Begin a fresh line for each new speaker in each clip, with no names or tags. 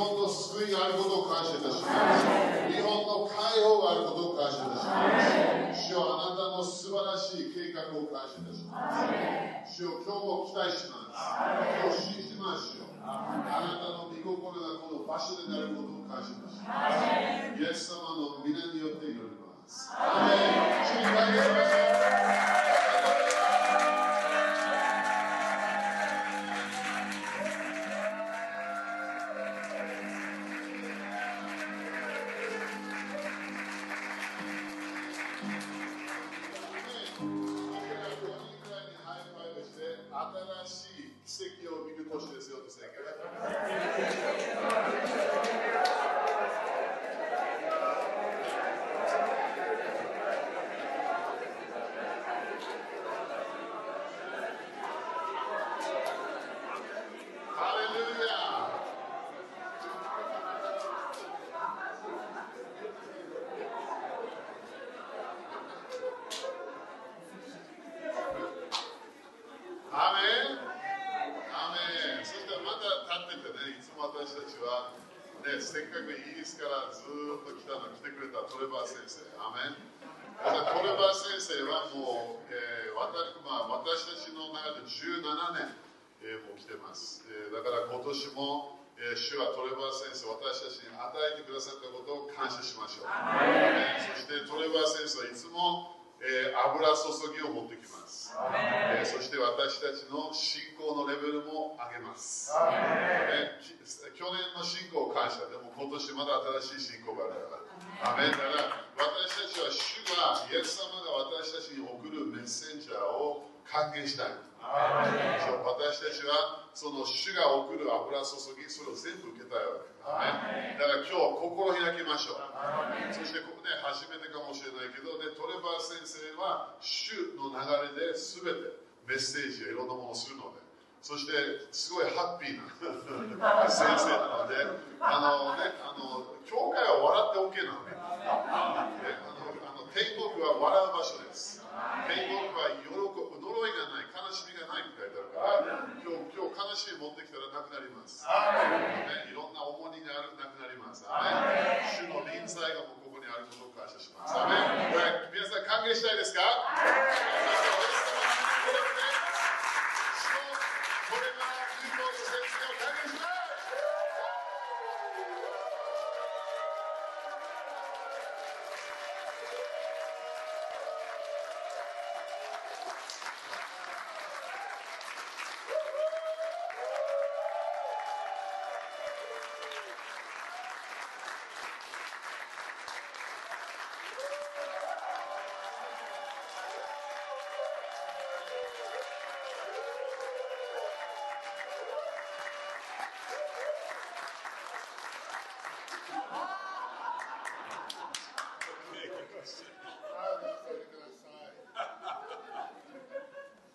にあることを感謝いたします日本の解放があることを感謝いたします主よあなたの素晴らしい計画を感謝いたします主よ今日も期待します今日信じます主よあなたの御心がこの場所でなることを感謝いたしますイエス様の皆によって祈りますアーメン主に感謝します新しい奇跡を見る年ですよって宣言ハレルヤアーメンアーメンそしてまだ立っててねいつも私たちは、ね、せっかくイギリスからずーっと来たの来てくれたトレバー先生アーメンだからトレバー先生はもう、えーわたまあ、私たちの中で17年、えーもう来てます、えーだから今年も、えー主はトレバー先生私たちに与えてくださったことを感謝しましょうアーメンそしてトレバー先生はいつも、えー油注ぎを持ってきますえーそして私たちの信仰のレベルも上げます、ねき去年の信仰を感謝でも今年まだ新しい信仰があるからアメンだから私たちは主がイエス様が私たちに送るメッセンジャーを歓迎したいそう私たちはその主が送る油注ぎそれを全部受けたいわけアーメンだから今日心開きましょうそしてここね初めてかもしれないけどねトレバー先生は主の流れで全てメッセージやいろんなものをするのでそしてすごいハッピーな先生なのであのねあの教会は笑って OK なのねねあのあの天国は笑う場所です天国は喜ぶ呪いがない悲しみがないって書いてあるから今日今日悲しみ持ってきたらなくなりますね、いろんな重荷があるなくなります。アーメン主の臨在がもうここにあることを感謝します。アーメンはい皆さん歓迎したいですかこれから有効の先生を歓迎しますはい来てください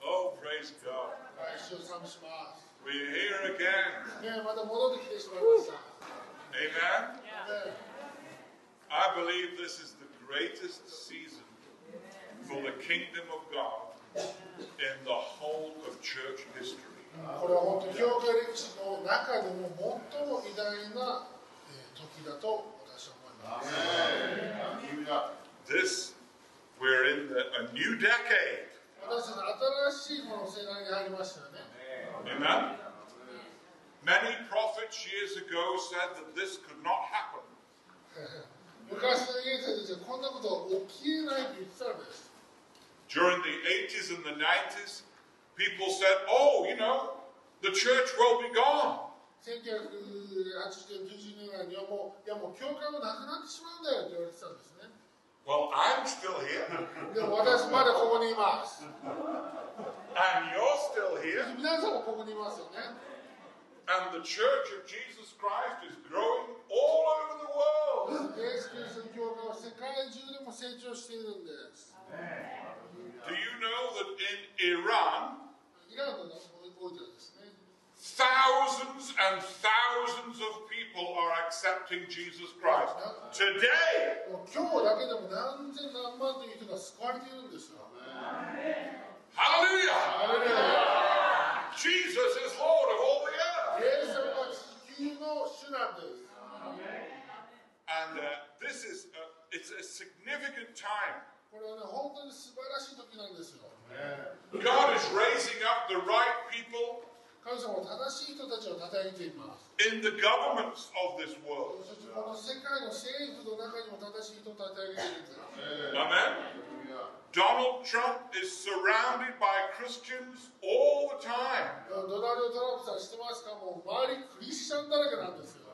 Oh, praise God.
はい、主を賛美します。
We're here again.
ねえ、また戻ってきてしまいました。
Amen.
ねえ
I believe this is the greatest season for the kingdom of God in the whole of church history.
これは本当に教会歴史の中でも最も偉大な、えー時だと私は思います。
This, we're in the, a new decade.
私たち新しいこの世代に入りましたよね。
Amen. Many prophets years ago said that this could not happen.
昔のイエスたちはこんなことは起きえないと言ってたんです。
During the 80s and the 90s, people said, oh, you know, the church will be gone.
1980年、90年代にはもう、いやもう教会もなくなってしまうんだよって言われてたんですね。
Well, I'm still here,
でも私まだここにいます。
and you're still here,
皆さんもここにいますよね。
and the Church of Jesus Christ is growing all over the world.
イエス・キリストの教会は世界中でも成長しているんです。
Do you know that in Iran,
イランのおいてはですね、
thousands and thousands of people are accepting Jesus Christ today?
もう今日だけでも何千何万という人が救われているんですよ。
Hallelujah!
あれね
Jesus is Lord of all the earth.
イエス様は地球の主なんです。
And uh, this is a, it's a significant time.
これはね本当に素晴らしい時なんですよ
God is raising up the right people
神様は正しい人たちを叩いています
in the governments of this world.
そしてこの世界の政府の中にも正しい人を叩いているんです
Amen. Donald Trump is surrounded by Christians all the time,
ドナルド・トランプさん知ってますかもう周りクリスチャンだらけなんですよ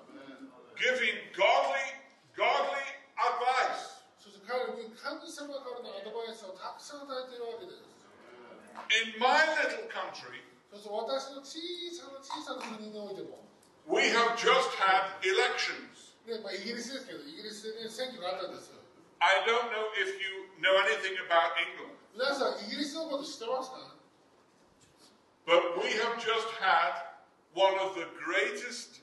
giving godly, godly advice
そして彼に神様からのアドバイスをたくさん与えているわけです。
in my little country.
そして私の小さな小さな国においても、
We have just had elections.
ねまあ、イギリスですけど、イギリスで、ね、選挙があったんですよ。
I don't know if you know anything about England,
皆さん、イギリスのこと知ってますか
but we have just had one of the greatest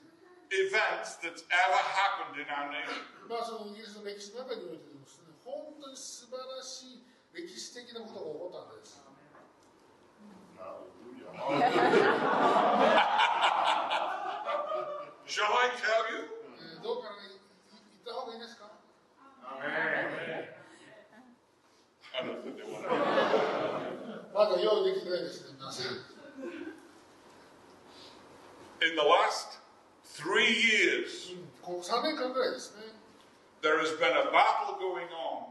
events that's ever happened in our nation.
まあ、そのイギリスの歴史の中においてでもです、ね、本当に素晴らしい歴史的なことが起こったんです。
Shall I tell you?
えーどうかな、い言った方がいいですか
I don't think they want to.
まだ用意できてないですね、皆さん。
In the last three years,
ここ3年間ぐらいですね。
there has been a battle going on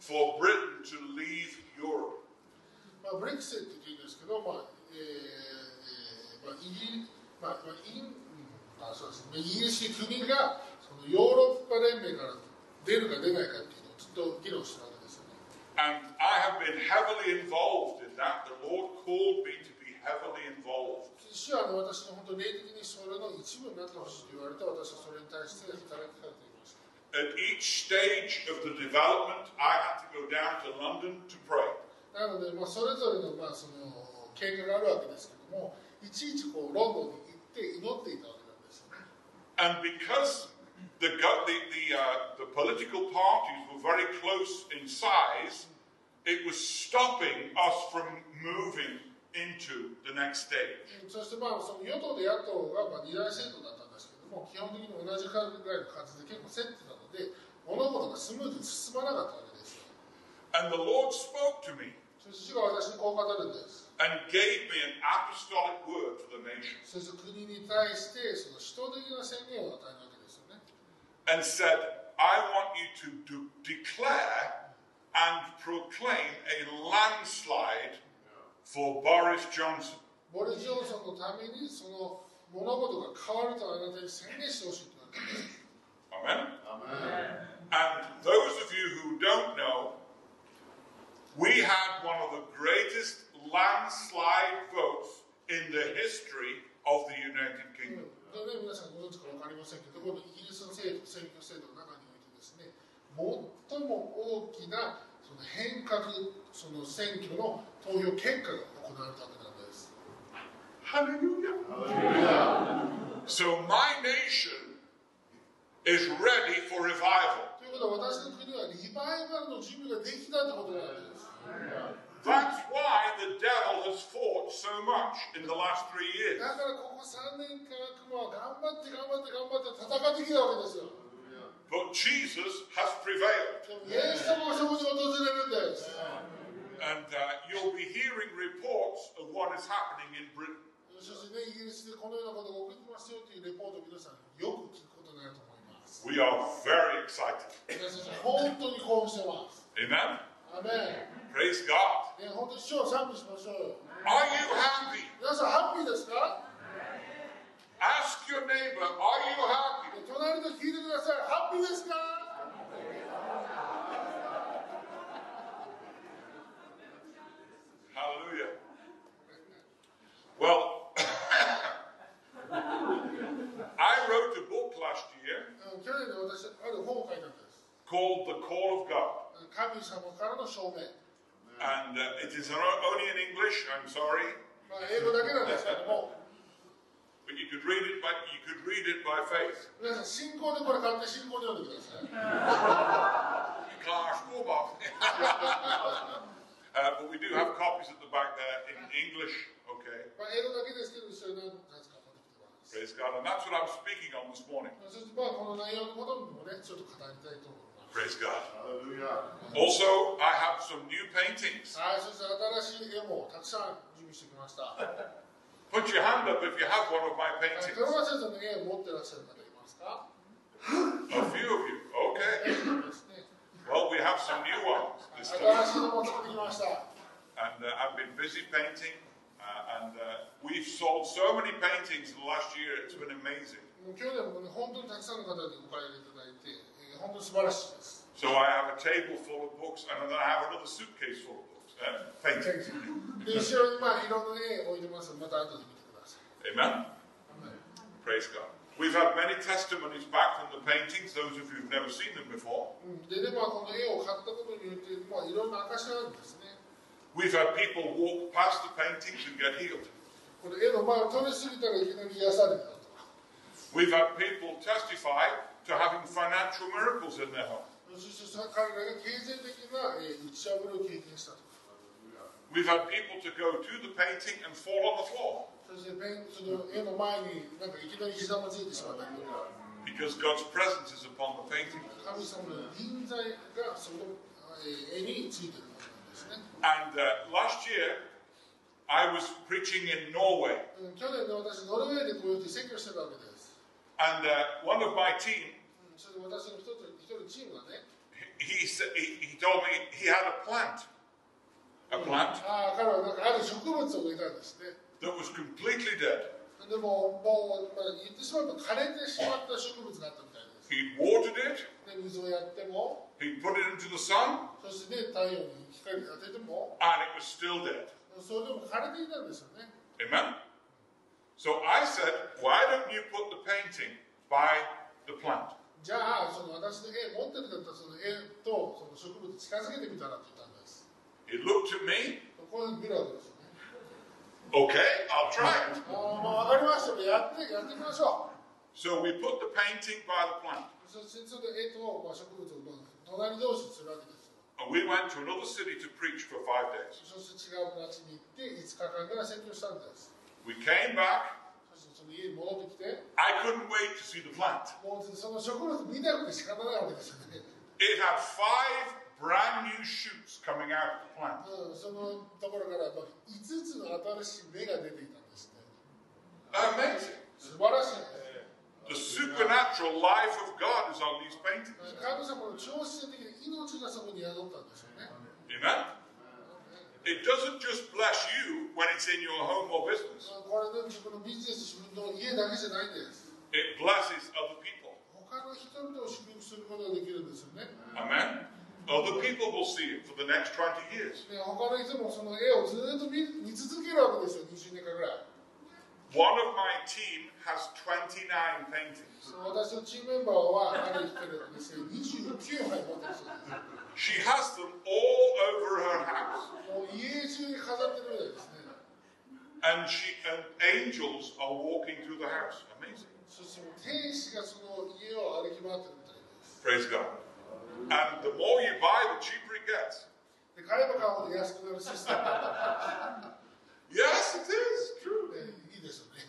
for Britain to leave Europe.
まあ、ブレクセットって言うんですけど、まあえーえーまあ、イギリまあまあインうんまあそうですね、イギリス国がそのヨーロッパ連盟から出るか出ないかっていうのをずっと議論してたわけですよね。
And I have been heavily involved in that. The Lord called me to be heavily involved.
主はあの私の本当霊的にそれの一部になってほしいと言われて私はそれに対して働きかけていました。
At each stage of the development, I had to go down to London to pray.
なので、まあ、それぞれの,、まあその経験があるわけですけどもいちいちこうロンドンに行って祈っていたわけなんですよね。
And because the, go- the, the, uh, the political parties were very close in size, it was stopping us from moving into the next stage.
そしてまあその与党と野党がまあ二大政党だったんですけども基本的に同じ数ぐらいの数で結構競ってたので物事がスムーズに進まなかったわけですよ
And the Lord spoke to me
そして主が私にこう語るんです
and gave me an apostolic word for the nation
そして国に対してその主導的な宣言を与えるわけですよね
and said, I want you to do- declare and proclaim a landslide for Boris Johnson.
ボリス・ジョンソンのためにその物事が変わるとあなたに宣言してほしいと言われて
Amen. And those of you who don't know, we had one of the greatest landslide votes in the history of the United
で
Kingdom.
ね皆さんご存知か分かりませんけどこのイギリスの政府選挙制度の中においてですね最も大きなその変革その選挙の投票結果が行われたわけなんです
Hallelujah. So my nation is ready for revival.
ということは私の国はリバイバルの準備ができたってことなんです
That's why the devil has fought so much in the last three years.
だからここ3年間悪魔は頑張って頑張って頑張って戦ってきたわけですよ
But Jesus has prevailed.
でもイエス様がそこに訪れるんです
And uh, you'll be hearing reports of what is happening in Britain.
そしてねイギリスでこのようなことが起きてますよというレポートを皆さんよく聞くことになると思います
We are very excited.
私たち本当に興奮してます。
Amen.
アメン
Praise God.
ね、本当に主を賛美しましょうよ。
Are you happy?
皆さんハッピーですか
Ask your neighbor, are you happy?
ね隣で聞いてください。ハッピーですか
Hallelujah. Well, I wrote a book last year
うん去年ね私、ある本を書いたんです。
called The Call of God.
神様からの証明。
And uh, it is only in English, I'm sorry.
まあ、英語だけなんですけども、
But you could read it by you could read it by faith.
皆さん信仰でこれ買って信仰で読んでください。
You can't ask for more. uh, but we do have copies at the back there in English, okay?
まあ、英語だけですけど、一緒に何冊か持ってきてます。ます。
Praise God. And that's what I'm speaking on this morning.
そしてまあこの内容のこともね、ちょっと語りたいと思います。
Praise God.
ハレルヤ。
Also, I have some new paintings.
はい、そして新しい絵もたくさん準備してきました。はい
Put your hand up if you have one of my
豊
paintings.
川先生の絵を持ってらっしゃる方いますか
A few of you. Okay.
そうですね。
Well, we have some new ones
はい
this
新し
time.
いのも作ってきました。
And uh, I've been busy painting. Uh, and uh, we've sold so many paintings in the last year. It's been amazing.
もう去年もね、本当にたくさんの方にお買い上げいただいて、えー本当に素晴らしいです。
So I have a table full of books, and then I have another suitcase full of books, uh, paintings.
で、後ろにまあいろんな絵置いてますので、また後で見てください。
Amen.
はい
Praise God. We've had many testimonies back from the paintings, those of you who've never seen them before.
うんでね、まあこの絵を買ったことによって、まあいろんな証があるんですね。
We've had people walk past the paintings and get healed.
これ絵の前を通り過ぎたらいきなり癒されたとか。
We've had people testify to having financial miracles in their home.
そしてその彼らが経済的な、えー打ち破りを経験したとか。
We've had people to go to the painting and fall on the floor
そしてペンその絵の前になんかいきなりひざまずいてしまったりとか。
because God's presence is upon the painting.
神様の臨在がその、えー絵についてるものなんですね。
And uh, last year, I was preaching in Norway,
うん去年ね、私、ノルウェーでこうやって選挙してたわけです。
and uh, one of my team,
うんそれで私の一つ一人チームがね、
he, he, said- he, he told me he had a plant, a plant
ああ彼はなんかある植物を植えたんですね。
that was completely dead.
でも、もう、まあ、言ってしまえば枯れてしまった植物だったみたいです。
He watered it,
で、水をやっても、
he put it into the sun,
そしてね、太陽に光当てても、
and it was still dead.
それでも枯れていたんですよね。
Amen. So I said, why don't you put the painting by the plant?
じゃあ、その私の絵持ってるんだったら、その絵とその植物近づけてみたらって言ったんです。
He looked at me,
こういう見るわけですよね。
okay, I'll try it.
あーまあ、わかりました。やって、やってみましょう。
So we put the painting by the plant,
そして、その絵と、まあ、植物を、まあ、隣同士にするわけですよ。
and we went to another city to preach for five days.
そして、違う町に行って、5日間から占領したんです。
We came back,
そして、その家に戻ってきて、
I couldn't wait to see the plant.
もうその植物見たくて仕方ないわけですよね。
It had five brand new shoots coming out of the plant.
うん、そのところから、まあ、5つの新しい芽が出ていたんですね。
Amazing.
素晴らしいです。
The supernatural life of God is on these paintings.
神様の超自然的な命がそこに宿ったんですよね。
Amen. It doesn't just bless you when it's in your home or business.
これで自分のビジネス、自分の家だけじゃないんです。
It blesses other people.
他の人々を祝福することができるんですよね。
Amen. Other people will see it for the next 20 years.
ね他の人もその絵をずっと見見続けるわけですよ、20年間ぐらい。
One of my team has 29 paintings.
その私のチームメンバーは、ある人がですね、29枚持ってるそうです。
She has them all over her house.
もう家中に飾ってるみたいですね。
And she and angels are walking through the house. Amazing.
そしてもう天使がその家を歩き回ってるみたいです。
Praise God. And the more you buy, the cheaper it gets.
で、買えば買うほど安くなるシステム
Yes, it is. True.
で、いいですよね。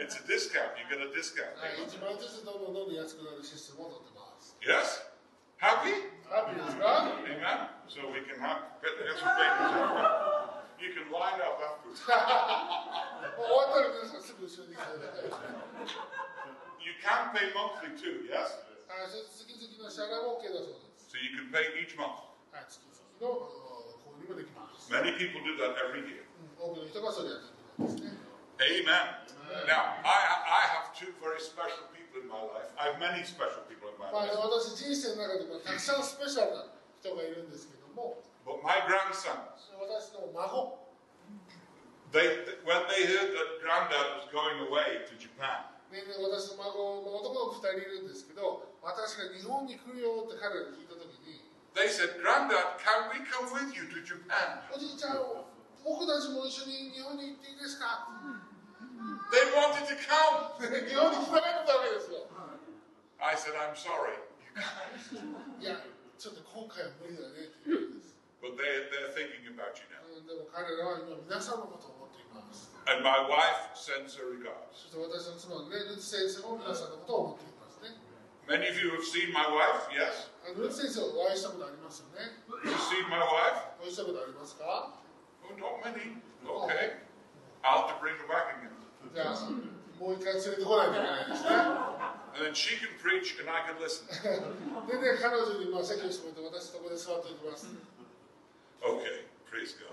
It's a discount. You get a discount.
はい、一枚ずつどんどんどんどん安くなるシステムを取ってます。
Yes? Happy?
ハッピーですか
Amen. So we can have get, get some papers. You can line up afterwards.
もう終わったら皆さんすぐ後ろに来てください。
You can pay monthly too, yes?
はい、そして月々の支払いも OK だそうです。
So you can pay each month.
はい、月々の購入もできます。
Many people do that every year.
うん多くの人がそれやってるんですね。
Amen. Now, I, I have two very special people in my life. I have many special people in my
まあ、
life.
私人生の中でもたくさんスペシャルな人がいるんですけども、
But my grandsons,
私の孫、
they, th- when they heard that granddad was going away to Japan,
ね、私の孫の男の子2人いるんですけど、私が日本に来るよって彼らに聞いたときに、
they said, Granddad, can we come with you to Japan?
おじいちゃん、僕たちも一緒に日本に行っていいですか
They wanted to come.
日本に来なかったわけですよ。
I said, I'm sorry.
いや、ちょっと今回は無理だねって言うんです。
But they, they're thinking about you now.
うんでも彼らは今皆さんのことを思っっています
and my wife sends her regards.
そして私の妻のねルツ先生も皆さんのことを思っていますね
Many of you have seen my wife, yes?
あのルツ先生お会いしたことありますよね
You seen my wife?
お会いしたことありますか
Oh, not many. Okay. I'll have to bring her back again.
じゃあもう一回連れてこないといけないですね
And then she can preach and I can listen.
でね彼女にまあ席をしてもらって私そこで座っていきます
Okay, praise God.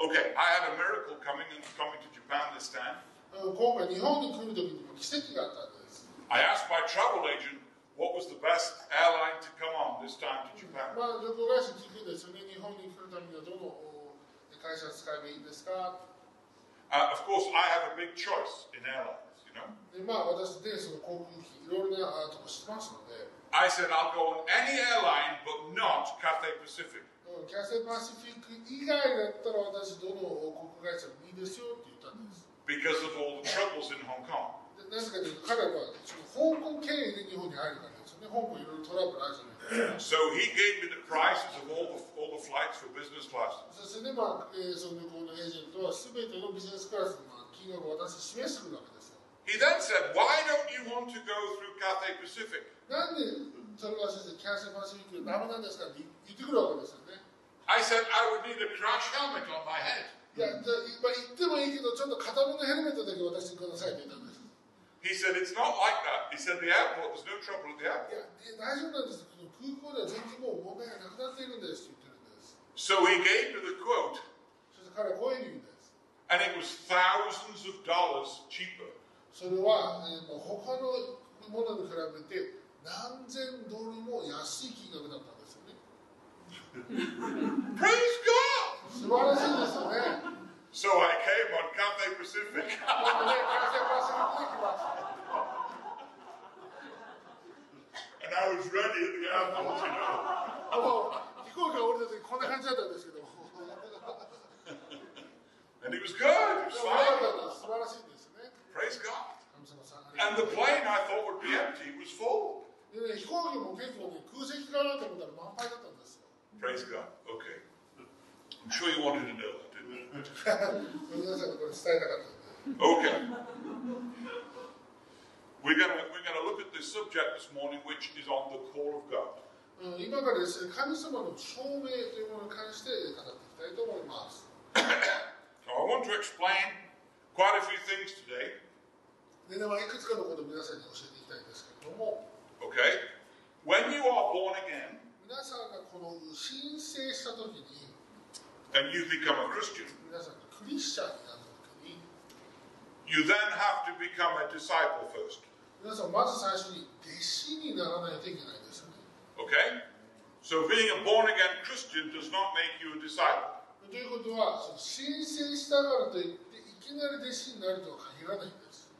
Okay, I had a miracle coming and coming to Japan this time.
あの今回日本に来る時にも奇跡があったんです
I asked my travel agent what was the best airline to come on this time to Japan.
まあ旅行会社に聞くんですよね日本に来るためにはどのお会社を使えばいいんですか
Uh, of course, I have a big choice in airlines, you know.
でまあ私でその航空機いろいろなあとこ知ってますので
I said I'll go on any airline but not Cathay Pacific.
うんキャセイパシフィック以外だったら私どの航空会社もいいですよって言ったんです
because of all the troubles in Hong Kong.
でなぜかというと彼はその香港経由で日本に入るからですよね香港いろいろトラブルあるじゃないで
So
すか
he gave me the prices of all the, all the flights for business class.
そしてねまあ、えーその旅行のエージェントは全てのビジネスクラスのまあ金額を私に示してくるわけですよ
He then said, Why don't you want to go through Cathay Pacific?
なんでトラバ先生キャセイパシフィックダメなんですかって言ってくるわけですよね
I said, I would need a crash helmet on my head.
いや、じゃあまあ、言ってもいいけどちょっと片目のヘルメットだけ私にくださいって言ったんです
He said, It's not like that. He said, The airport, there's no trouble at the
い
airport.
や、で大丈夫なんです。この空港では全然もう問題がなくなっているんですって言ってるんです。
So he gave me the quote,
そして彼はこういうふうに言うんです。
and it was thousands of dollars cheaper.
それは、えー、と他のものに比べて何千ドルも安い金額だったんですよね。
Praise God!
素晴らしいですよね。
So I came on Cathay Pacific.
だからね、会社から仕事できます。
And I was ready at the airport, you know.
あもう飛行機が降りた時こんな感じだったんですけども。
And it was good. It
で
was
も
fine.
良かったです素晴らしいですね。
Praise God.
神様さんあり
And
がと
the
う
plane I thought would be empty was full.
でね飛行機も結構ね空席かなと思ったら満杯だったんですよ。
Praise God. Okay. I'm sure you wanted to know that, didn't you?
皆さんにこれ伝えたかったんで。
Okay. We're gonna we're gonna look at this subject this morning, which is on the call of God.
うん今からですね、神様の証明というものに関して語っていきたいと思います。
So I want to explain quite a few things today.
で、ではいくつかのことを皆さんに教えていきたいんですけれども、
Okay. When you are born again
皆さんがこの申請したときに、
and you become a Christian,
皆さんがクリスチャンになったときに、
you then have to become a disciple first.
皆さんまず最初に弟子にならないといけないんですよね。
Okay? So being a born again Christian does not make you a disciple.
ということは、その申請したからといって、いきなり弟子になるとは限らないんです。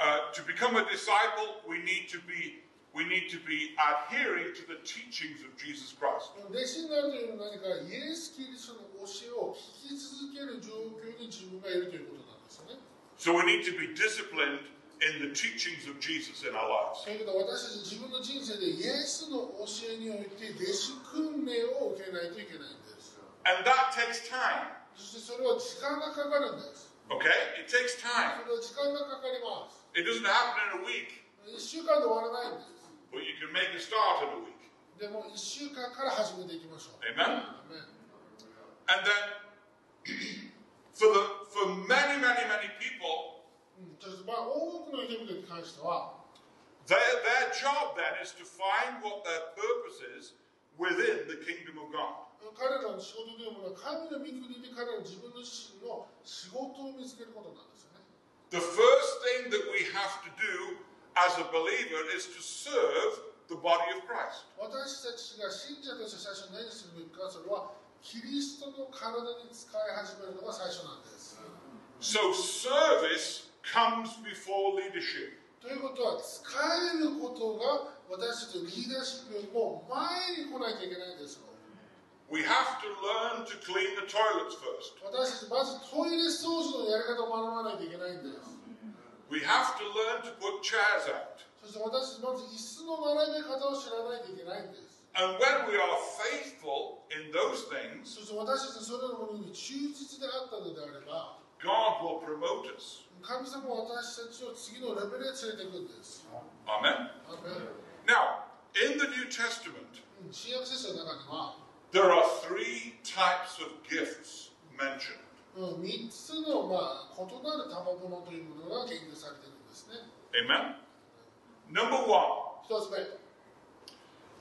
Uh, to become a disciple, we need to be we need to be adhering to the teachings of Jesus Christ.
弟子になるというのは何か、イエス・キリストの教えを聞き続ける状況に自分がいるということなんですよね。
So we need to be disciplined in the teachings of Jesus in our lives.
ということは私たち自分の人生でイエスの教えにおいて弟子訓練を受けないといけないんです
And that takes time.
そしてそれは時間がかかるんです
Okay? It takes
そ
time.
れは時間がかかります
It doesn't happen in a week,
1週間で終わらないんです
but you can make a start in a week.
でも1週間から始めていきましょう
Amen?
アーメン
And then for the for many, many, many people,
うん、そしてまあ多くの人々に関しては
Their, their job then is to find what their purpose is within the kingdom of God.
彼らの仕事というものは神の御国で彼らの自分の自身の仕事を見つけることなんですよね
The first thing that we have to do as a believer is to serve the body of Christ.
私たちが信者として最初に何するべきかそれはキリストの体に使い始めるのが最初なんです、
So service comes before leadership.
ということは使えることが私たちのリーダーシップよりも前に来ないといけないんですよ
We have to learn to clean the toilets first.
私たちまずトイレ掃除のやり方を学ばないといけないんです
We have to learn to put chairs out
そして私たちまず椅子の並べ方を知らないといけないんです
and And when we are faithful in those things,
そして私たちそれらのものに忠実であったのであれば
God will promote us.
神様は私たちを次のレベルへ連れていくんです
Amen.
アーメン
Now, in the New Testament,
新約聖書の中には
there are three types of gifts mentioned.
うん3つの、まあ、異なる賜物というものが研究されているんですね
Amen. Number one,
1つ目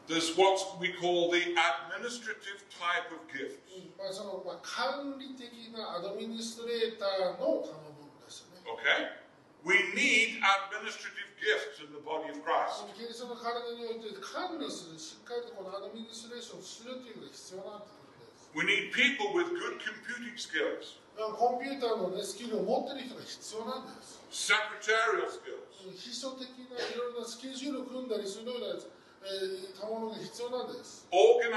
there's what we call the administrative type of gift.
まあそのまあ、管理的なアドミニストレーターの賜物ですよね。
Okay? We need administrative gifts in the body of Christ.
そのキリストの体において管理する、しっかりとこのアドミニストレーションをするというのが必要なんてことです。
We need people with good computing skills,
だからコンピューターの、ね、スキルを持っている人が必要なんです。
secretarial skills,
うん秘書的ないろいろなスケジュールを組んだりするような、えー、賜物が必要なんです。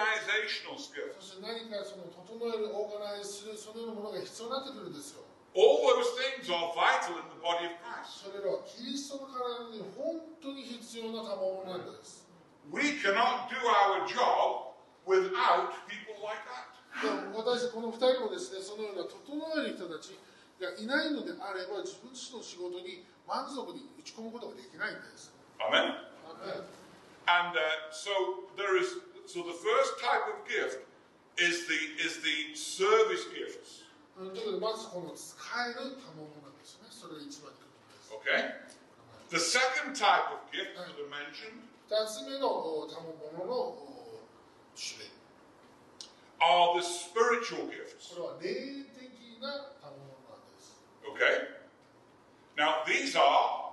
organizational skills.
そして何かその整える、オーガナイズする、そのようなものが必要になってくるんですよ。
All those things are vital in the body of Christ.
それらはキリストの体に本当に必要な賜物なんです。
We cannot do our job without people like that.
でも私この2人もですねそのような整える人たちがいないのであれば自分自身の仕事に満足に打ち込むことができないんです
Amen.
で
And uh, so there is. So the first type of gift is the is the service gifts.
ということでまずこの使える賜物なんですねそれが一番に来る
Okay. The
んです
second type of gift that I mentioned
2つ目のお賜物のお種類
are the spiritual gifts.
これは霊的な賜物なんです
Okay. Now these are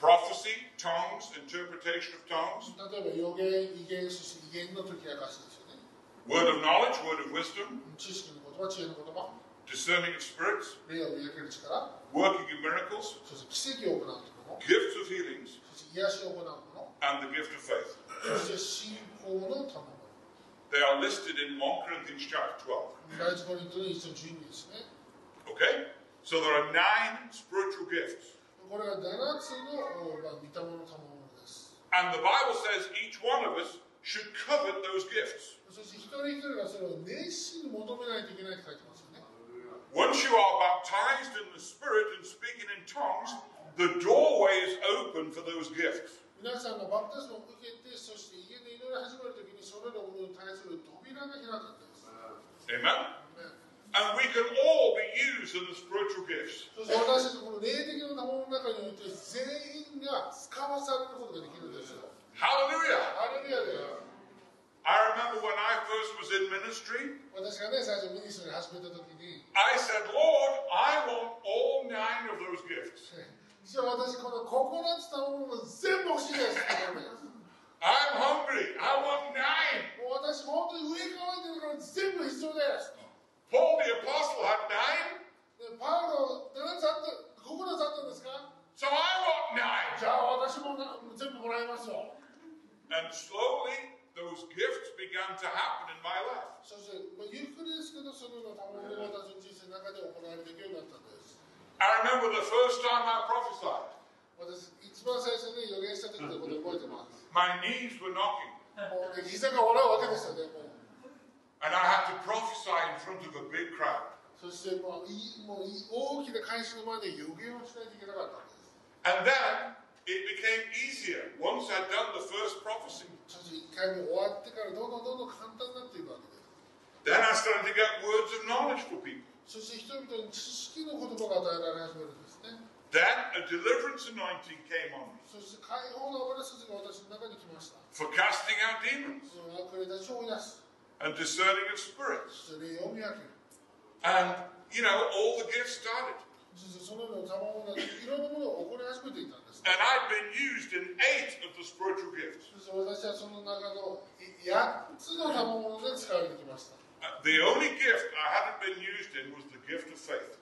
prophecy, tongues, interpretation of tongues,
例えば予言威言そして威言の解き明かしですよね
word of knowledge, word of wisdom,
知識の言葉知恵の言葉
discerning of spirits,
霊を見分ける力
working in miracles,
そして奇跡を行うもの
gifts of healings,
そして癒しを行うもの
and the gift of faith.
そして信仰の賜物
They are listed in 1 Corinthians chapter 12.
第一コリントの一の十二ですね。
Okay? So there are nine spiritual gifts.
これが七つの、おまあ、見たもの賜物です。
And the Bible says each one of us should covet those gifts.
そして一人一人がそれを熱心に求めないといけないって書いてますよね。
Once you are baptized in the Spirit and speaking in tongues, the doorway is open for those gifts.
皆さんがバプテスマを受けて、そして家で祈り始めるときに、それらのものに対する扉が開くんです。
Amen?
ね
And we can all be used in the spiritual gifts.
そして私たちこの霊的な賜物の中において、全員が使わされることができるんですよ。
Hallelujah!
アレルヤで、
I remember when I first was in ministry,
私がね、最初ミニストリー始めたときに、
I said, Lord, I want all nine of those gifts.
じゃあ私この9つのもの全部欲しいですって言ったのね
I'm hungry. I want nine.
もう私本当に上から見てるから全部必要です。
Paul the apostle had nine,
でパウロ7つあった9つあったんですか
so I want nine.
じゃあ私もな全部もらいますよ。
And slowly, those gifts began to happen in my life.
そして、まあ、ゆっくりですけどそのような賜物が私の人生の中で行われていくようになったんです。
I remember the first time I prophesied,
私一番最初に予言した時のことを覚えてます。
my knees were knocking,
もうね膝が笑うわけですよね。もう
and I had to prophesy in front of a big crowd.
そしてもういいもういい大きな会社の前で予言をしないといけなかったんです。
And then it became easier once I'd done the first prophecy.
そして1回目終わってからどんどんどんどん簡単になっていくわけです。
Then I started to get words of knowledge for people.
そして人々に知識の言葉が与えられ始めるんですね。
Then a deliverance anointing came on me
そして解放の油筋が私の中に来ました。
for casting out demons
その悪霊たちを追い出す。
and discerning of spirits.
そして霊を見分ける。
And, you know, all the gifts started.
そしてそのような賜物がいろんなものが起こり始めていたんです。
And I'd been used in eight of the spiritual gifts.
そして私はその中の8つの賜物で使われてきました。
Uh, The only gift I hadn't been used in was the gift of faith.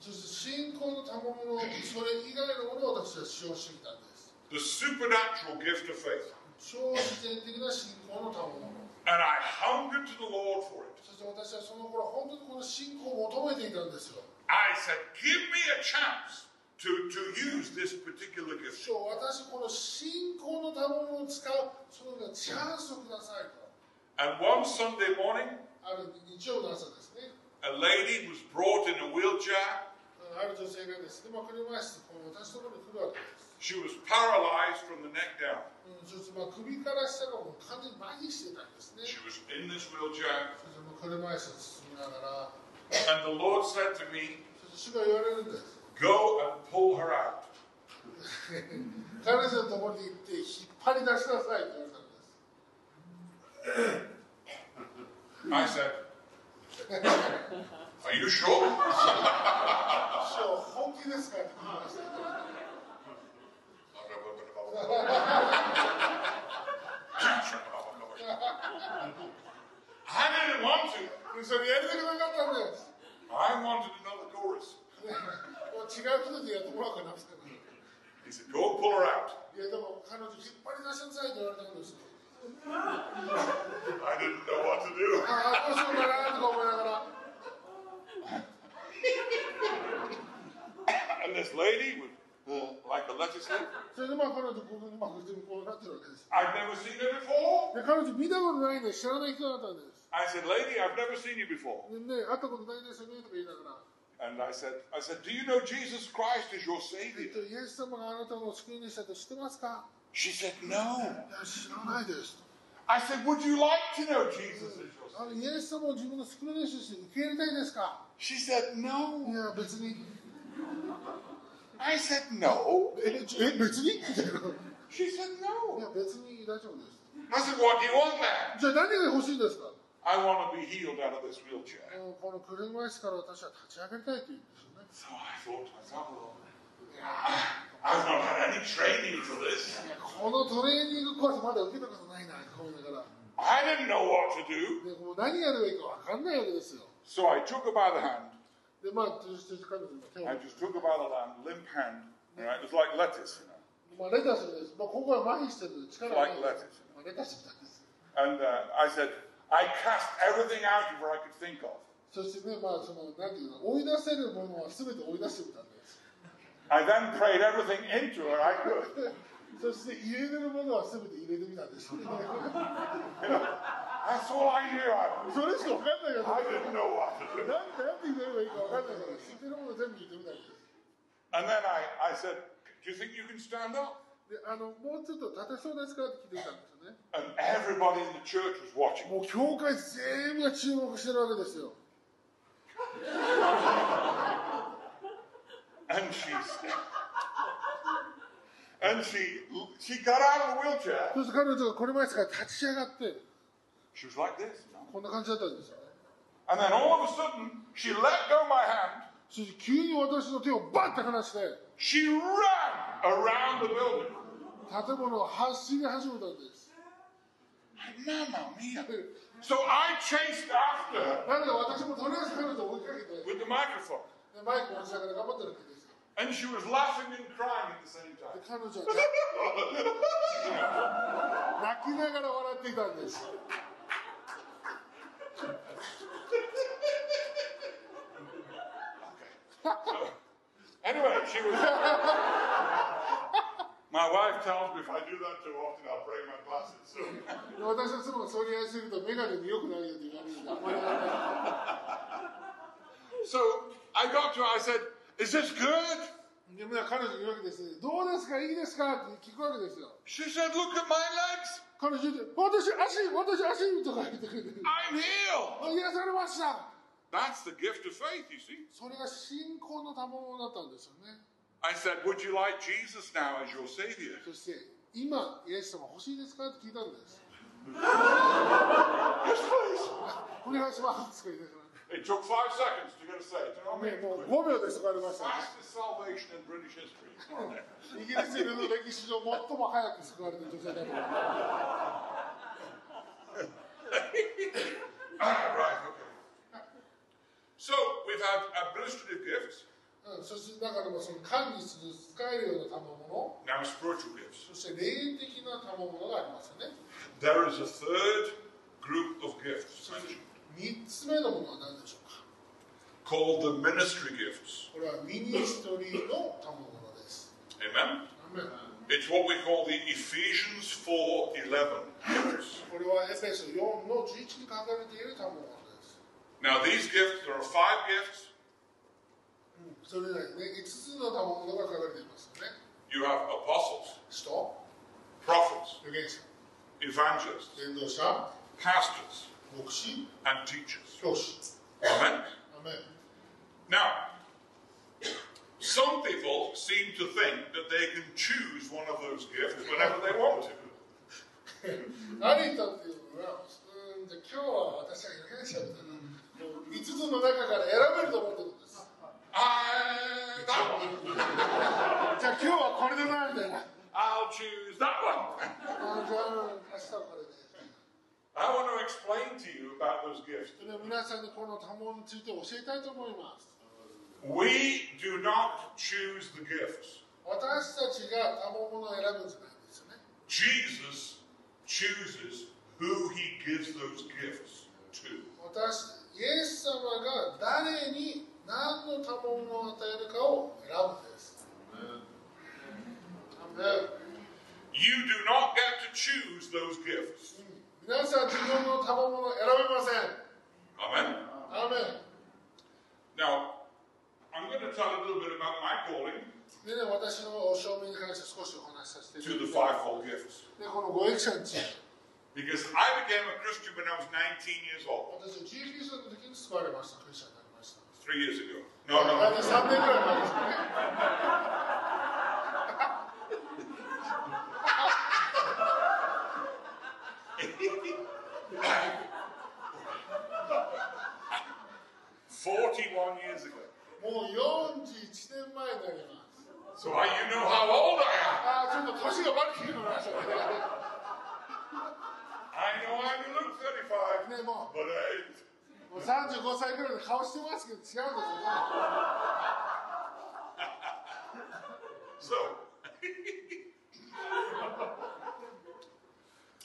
そして信仰の賜物、それ以外のものを私は使用してきたんです。
the supernatural gift of faith.
超自然的な信仰の賜物。
And I hungered to the Lord for it.
そして私はその頃本当にこの信仰を求めていたんですよ。
I said, Give me a chance to, to use this particular gift.
主よ私この信仰の賜物を使うそのようなチャンスをくださいと
And one Sunday morning,
ある日曜の朝ですね
a lady was brought in a wheelchair.
ある女性がですね、まあ、車椅子この私のところに来るわけです、
She was paralyzed from the neck down.
うん、そうするとまあ首から下がもう完全に麻痺してたんですね
She was in this wheelchair.
その車椅子を進みながら
And the Lord said to me,
そして主が言われるんです
Go and pull her out.
彼女のところに行って引っ張り出しなさいと言われたんです
I said, Are you sure?
主は本気ですかって言いました
I didn't want to.
でそれやりたくなかったんです
I wanted another chorus.
もう違う人でやってもらおうかなみたいな
He said, Go and pull her out.
いやでも彼女引っ張り出しなさいと言われたんですよ
I didn't know what to do.
ああどうしようかなとか思いながら
And this lady was uh, like a lettuce leaf.
それでまあ彼女こうまあ普通にこうなってるわけです
I've never seen her before.
で彼女見たことないんで知らない人だったんです
I said, Lady, I've never seen you before.
でね会ったことないですよねとか言いながら
And I said, I said, Do you know Jesus Christ is your
え
savior?
っとイエス様があなたの救い主だと知ってますか
She said, No.
いや知らないです
I said, Would you like to know Jesus is your savior?
あのイエス様を自分の救い主として受け入れたいですか
She said,
い
No.
や別に
I said, No.
えちえ別にいや
She said, No.
別に大丈夫です
I said, What do you want then?
じゃあ何が欲しいですか
I want to be healed out of this wheelchair.
うんこの車椅子から私は立ち上げたいと言うんです
So
よね
I thought to myself, well, I've not had any training for this.
このトレーニングコースまだ受けたことないなと思いながら
I didn't know what to do.
でもう何やればいいか分かんないわけですよ
So I took her by the hand.
でまあそして彼女の手を
I just took her by the hand, limp hand. You know, it was like lettuce, you know.
まあレタスです、まあ、ここは麻痺してる力がない
Like lettuce.
まあ、レタスなんです
And uh, I said, I cast everything out of her I could think of.
そしてねまあそのなんていうの追い出せるものは全て追い出してみたんです
I then prayed everything into her I could.
そして入れてるものは全て入れてみたんですそれしか分
That's all I knew. I,
かんないから
I didn't know what to do.
何て入れればいいか分かんないから知ってるもの全部入れてみたんです
And then I, I said, Do you think you can stand up?
であのもうちょっと立てそうですかって聞いてみたんです
And
よね
everybody in the church was watching.
もう教会全部が注目してるわけですよ
And she and she she got out of the wheelchair.
そして彼女がこれ前ですから立ち上がって
She was like this, you know.
こんな感じだったんですよね
and then all of a sudden she let go my hand.
そして急に私の手をバッて離して
She ran around the building.
建物を走り始めたんです
Mamma mia! So I chased after her
なので私もとりあえず彼女を追いかけて
with the microphone,
でマイクを持ちながら頑張ってるわけですよ
and she was laughing and crying at the same
で
time.
彼女は泣きながら笑っていたんです
Anyway, she was. My wife tells me if I do that too often, I'll break my glasses. So
で私の妻がそれやりすぎると眼鏡に良くなるよって言われるんであんまりやらない
So I got to her, I said, Is this good?
でまあ彼女に言うわけですねどうですかいいですかって聞くわけですよ
She said, Look at my legs.
彼女言って私足私足とか言ってくれて
I'm healed.
あ癒されました
That's the gift of faith, you see.
それが信仰の賜物だったんですよね
I said, Would you like Jesus now as your savior?
そして今イエス様欲しいですかって聞いたんです
Yes, please.
お願いしますとか言いながら
It took five seconds to get a say. Do you know
ね、もう
what I mean?
5秒で座りました、
Fastest salvation in British history. All right.
イギリスの歴史上最も早く救われた女性だと。
Ah, right, okay. So we've had administrative gifts,
うん、そしてだからまあその管理する使えるような賜物
now spiritual gifts.
そして霊的な賜物がありますよね
There is a third group of gifts
そして
mentioned.
3つ目のものは何でしょうか
called the ministry gifts.
これはミニストリーの賜物です。
Amen?
アーメン
It's what we call the Ephesians 4 11 gifts.
これはエペソ4の11に書かれている賜物です。
Now, these gifts, there are five gifts.
それでね、5つの賜物が書かれていますよね。
You have apostles,
使徒、
prophets,
預言者、
evangelists,
伝道者、
pastors,
牧師、
and teachers.
教師。
Amen?
アーメン
Now, some people seem to think that they can choose one of those gifts whenever they want to.
成田っていうのは、うん、じゃあ今日は私は預言者みたいな、こう5つの中から選べると思ってるんです。
I, that one.
じゃあ今日はこれだな、みたいな。
I'll choose that one.
あじゃあ明日はこれで。
I want to explain to you about those gifts.
それでは皆さんにこの多聞について教えたいと思います。
We do not choose the gifts.
私たちが多聞を選ぶんじゃないんですよね。
Jesus chooses who he gives those gifts to.
私、イエス様が誰に何の多聞を与えるかを選ぶんです。で
You do not get to choose those gifts.
皆さん自分の多聞を選べません。
Amen.
アーメン。
Now, I'm goingと tell a little bit about my calling
でね、私の証明に関して少しお話しさせていた
to the
だきます。
fivefold gifts.
で、このご益者について、
Because I became a Christian when I was 19 years old,
私は19歳の時に救われました、クリスチャンになりました。
three years ago. No,
大
no,
体3年ぐらい前ですよね。
41 years ago.
もう41年前になります。
So I, you know how old I am.
ああ、ちょっと年がバレてきましたね。
I know I look 35,
ね、も
but I.
う、もう35歳ぐらいの顔してますけど、違うんですよね。
So,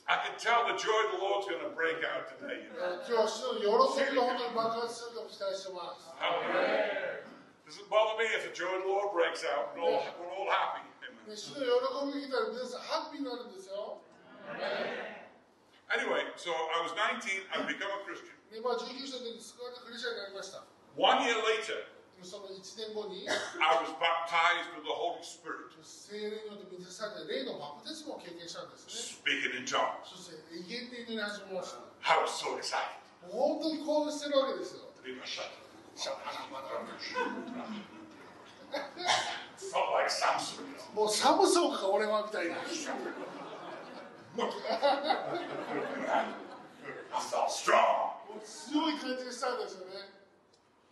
I can tell the joy of the Lord's going to break out today. You
え
know?
ー今日、主の喜びが本当に爆発するかも期待してます。
Hallelujah. Doesn't bother me if the joy of the Lord breaks out. We're all, we're all happy. Amen.
ね、主の喜びが来たら皆さんハッピーになるんですよ。
Anyway, so I was 19. I've become a Christian.
で、まあ、19歳の時に救われてクリスチャンになりました。
One year later,
その1年後に、
I was baptized with the Holy Spirit,
聖霊によって満たされて、霊のバプテスマを経験したんですね。
speaking in tongues.
そして、威厳になり始めました。
I was so excited.
もう本当に興奮してるわけですよ。
Felt like Samson. You know.
もう寒そうか、俺はみたいな。
I felt strong.
もう強い感じがしたんですよね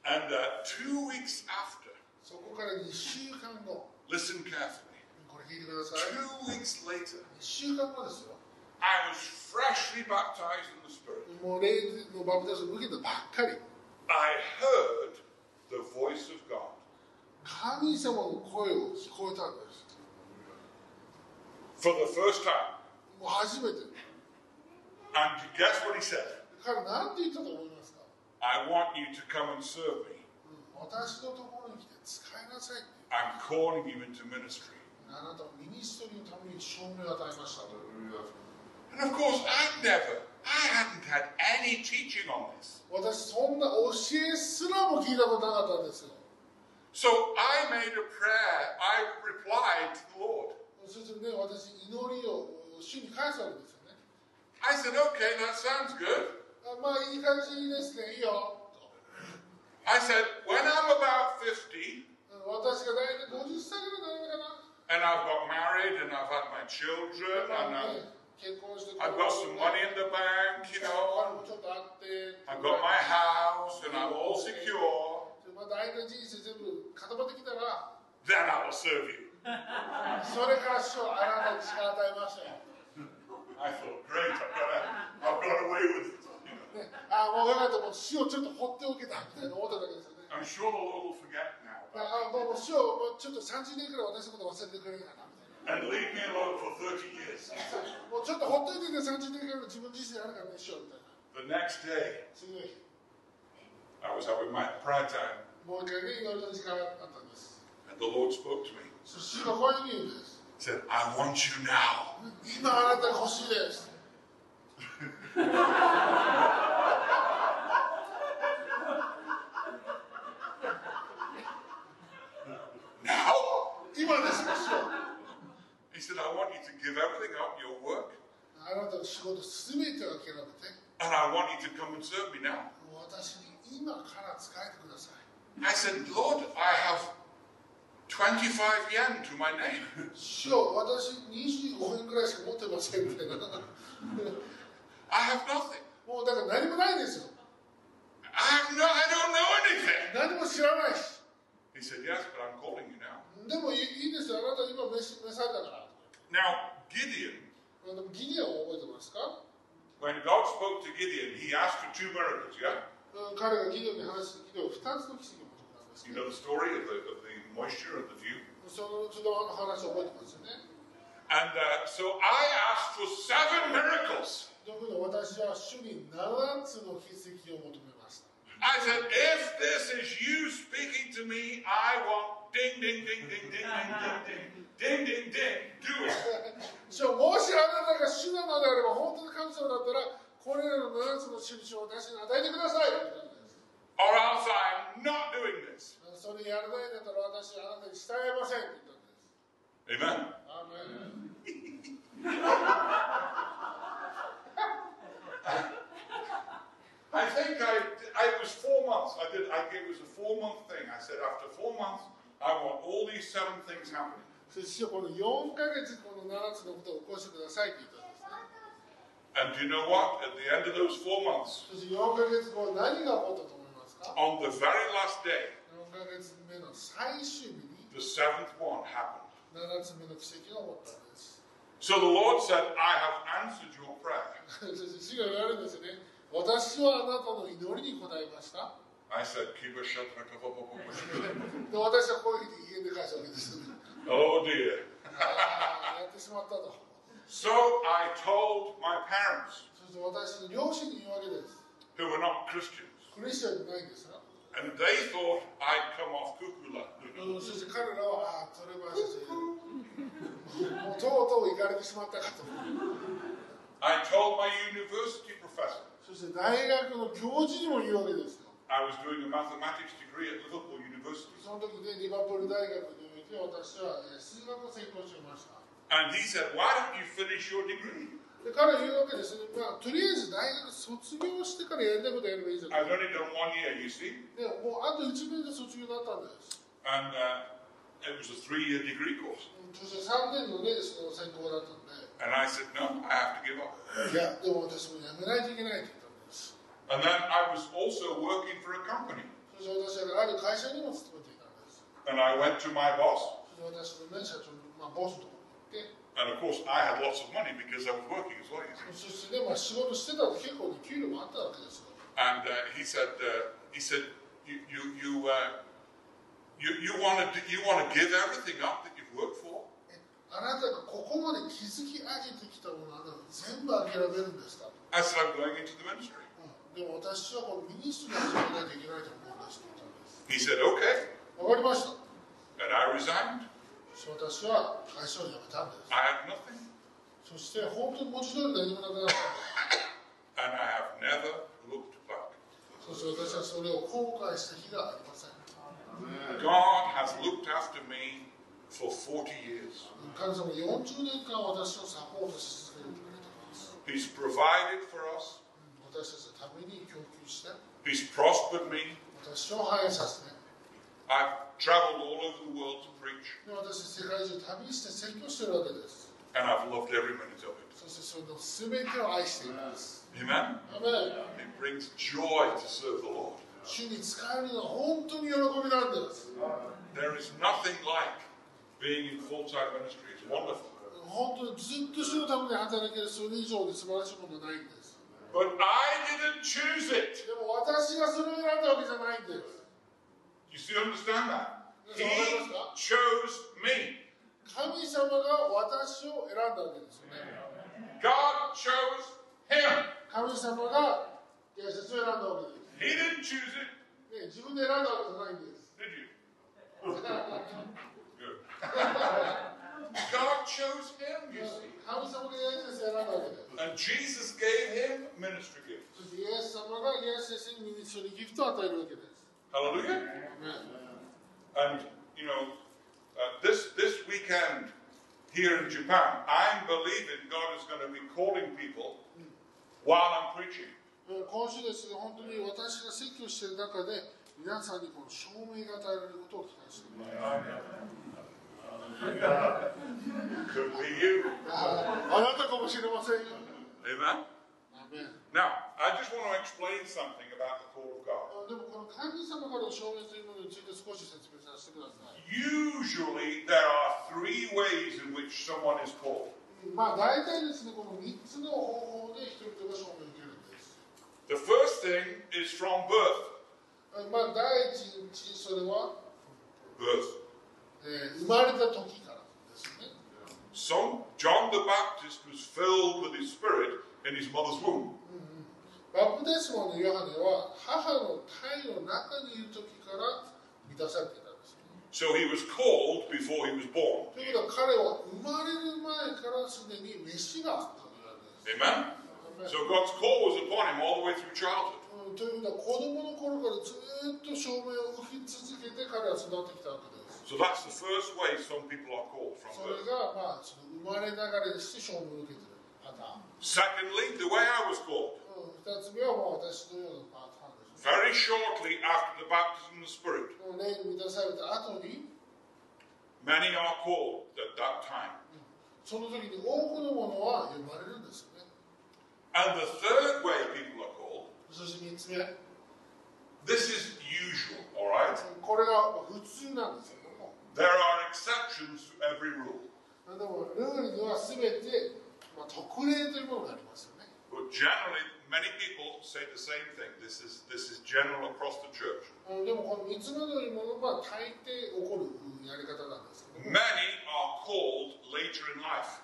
And uh, two weeks after,
そこから2週間後
listen carefully,
これ聞いてください2
two weeks later,
週間後ですよ
I was freshly baptized in the Spirit.
もう霊のバプテスマを受けたばっかり
I heard the voice of God.
神様の声を聞こえたんです
For the first time.
もう初めて
And guess what he said?
彼何て言ったと思いますか、
I want you to come and serve me.
うん私のところに来て使いなさいって
I'm calling you into ministry.
あなたをミニストリーのために証明を与えました
And of course, I'd never, I hadn't had any teaching on this.
私そんな教えすらも聞いたことなかったんですよ
So I made a prayer. I replied to the Lord.
そしてね私祈りを主に返すわけですよね
I said, okay, that sounds good.
あまあいい感じですねいいよ
I said, when I'm about 50
私が大体50歳ぐらいになるのか
and I've got married and I've had my children
な、
and
まあ
I've,
ね結婚して
I've got some money in the bank, you
ちょ
know,
っとあって
I've got my house and I'm all secure,
まあ、大体人生全部固まってきたら
then I will serve you.
それから師匠あなたに力を与えましたよ、
I thought, great, I've got, a, I've got away with it. You know.
ね、ああもうよかったもう師匠ちょっと放っておけたみたいな思っただけですよね
I'm sure the Lord will forget now
ああもう師匠もうちょっと30年くらい私のこと忘れてくれるかなみたいな
and leave me alone for 30 years.
もうちょっと放っといてね30年くらいの自分自身あるからね師匠みた
The
いな
next day,
次の日
I was having my prayer time
もう一回ね、祈りの時間があったんです。
And the Lord spoke to me.
そして主がこういうふうに言うんです。
He said, I want you now.
今あなたが欲しいです。
Now?
今です、もしよ。
He said, I want you to give everything up, your work,
あなたの仕事すべてを諦めて、
and I want you to come and serve me now.
私に今から使えてください。
I said, Lord, I have 25 yen to my name.
師匠、私25円くらいしか持ってませんみたいな。
I have nothing.
もうだから何もないですよ。
I have no, I don't know anything.
何も知らないし。
He said, Yes, but I'm calling you now.
でもいいいいですよ、あなた今召し召されたから。
Now, Gideon,
あのギデオンを覚えてますか、
when God spoke to Gideon, he asked for two miracles, yeah?
うん、彼がギデオンに話して、ギデオン2つの奇跡を持ってたんですけ
You
ど、
know the story of the, of the moisture of the dew?
そのその話を覚えてますよね。
And uh, so I asked for seven miracles.
ということで私は主に7つの奇跡を求めました。
I said, if this is you speaking to me, I want ding, ding, ding, ding, ding, ding, ding, ding, ding, ding, ding, do it.
主よもしあなたが主なのであれば、本当に神様だったら、これらの7つの印を私に与えてください。
Or else I'm not doing this.
それやらないんだったら私はあなたに従いませんって言ったん
Amen.
です。アーメン
I think I, I it was four months. I did. I, it was a four month thing. I said after four months, I want all these seven things happening.
そして師匠この4ヶ月この7つのことを起こしてくださいって言ったん
And
ですね
do you know what? At the end of those four months,
そして4ヶ月後何が起こったと思いますか
on the very last day,
4ヶ月目の最終日に
the seventh one happened.
7つ目の奇跡が起こったんです
So the Lord said, "I have answered your prayer."
そして師匠が言われるんですよね私はあなたの祈りに応えました
I said, "Keep a shut like a bubble."
で私はこういうふうに言えで返すわけですよね
Oh dear.
ああやってしまったと
So I told my parents,
そして私の両親に言うわけです
who were not Christians,
クリスチャンじゃないんですよ
and they thought I'd come off cuckoo
うん
land.
そして彼らは、ああ、それは先生、もうとうとう行かれてしまったかと。
I told my university professor.
そして大学の教授にも言うわけですよ。
I was doing a mathematics degree at Liverpool University.
その時でリバプール大学において私はえー数学を専攻していました。
And he said, Why don't you finish your degree?
で彼は言うわけですね、まあ、とりあえず大学卒業してからやりたいことやればいいじゃない
I've only done one year, you see.
でもうあと1年で卒業だったんです。
And uh, it was a three year degree course.
うんそして3年のね、その専攻だったんで、
And I said, No, I have to give up.
いや、でも私もやめないといけないって言ったんです。
And then I was also working for a company.
そして私はある会社にも勤めていたんです。
And I went to my boss.
私のね、社長の、まあ、ボスのところに行って、
And of course, I had lots of money because I was working as well, you see.
そしてね、まあ、仕事してたら結構ね、給料もあったわけですよ。
And uh, he said, uh, he said, you, you, you, uh, you, you want to, you want to give everything up that you've worked for.
えあなたがここまで築き上げてきたものあなたは全部諦めるんですか、う
I said, I'm going into the ministry.
ん、でも私はこのミニストリーを始めないといけないと思うんですって言ったんです。
He said, okay.
わかりました。
And I resigned.
そして私は会社を辞めたんで
I have nothing.
す。そして本当に文字通り何もなくなった。
And I have never looked back.
そして私はそれを後悔した日がありません。
God has looked after me for 40 years.
神様40年間私をサポートし続けてくれています。
He's provided for us,
私たちのために供給して、
He's prospered me.
私を反映させて、
I've traveled all over the world to preach,
で私世界中旅して説教してるわけです。
and I've loved every minute of it.
そしてその全てを愛しています。
Amen?
アメン
It brings joy to serve the Lord.
主に使えるのは本当に喜びなんです。
There is nothing like being in full time ministry. It's wonderful.
本当にずっと主のために働けるそれ以上に素晴らしいものはないんです。
But I didn't choose it.
でも私がそれを選んだわけじゃないんです。
You see, understand that? He chose me.
神様が私を選んだわけですよね。
God chose him.
神様が私を選んだわけです。
He didn't choose it.
ね、自分で選んだわけじゃないんです。
Good. God chose him, you see.
神様がイエス先生を選んだわけです
And Jesus gave him ministry gifts.
そしてイエス様がイエス先生に一緒にギフトを与えるわけです
Hallelujah.
ね
And you know, uh, this this weekend here in Japan, I'm believing God is going to be calling people while I'm preaching.
今週ですね本当に私が説教している中で皆さんにこの証明が与えられることを期待しています
Could be you.
あなたかもしれませんよ
Amen.
アメン
Now, I just want to explain something about the call of God.
でもこの神様からの証明というものについて少し説明させてください
Usually, there are three ways in which someone is called.
まあ大体ですねこの3つの方法で人々が証明を受けるんです
The first thing is from birth.
まあ第一にそれは、
Birth.
えー生まれた時からですよね
Some John the Baptist was filled with his spirit in his mother's womb.
バプテスマのヨハネは母の胎の中にいる時から満たされていたんですよ
So
ね
he was called before he was born.
ということは彼は生まれる前からすでに飯があったというわ
Amen.
けですアメン
So God's call was upon him all the way through childhood.
うんということは子供の頃からずっと証明を受け続けて彼は育ってきたわけです
So that's the first way some people are called
そ
from
れ
birth.
が、まあ、その生まれながらにして証明を受けてるパターン、
Secondly, the way I was called.
うん、2つ目は、まあ、私のようなパターンですね
Very shortly after the baptism of the Spirit,
もう霊に満たされた後に
many are called at that time.
その時に多くのものは生まれるんですよね
And the third way people are called,
そして3つ目
this is usual, all right?
これが普通なんですけども
There are exceptions to every rule.
でもルールには全て、まあ、特例というものがありますよね
But generally, many people say the same thing. This is, this is general across the church.
うんでもこの3つ目というものは大抵起こるうんやり方なんですけど
Many are called later in life.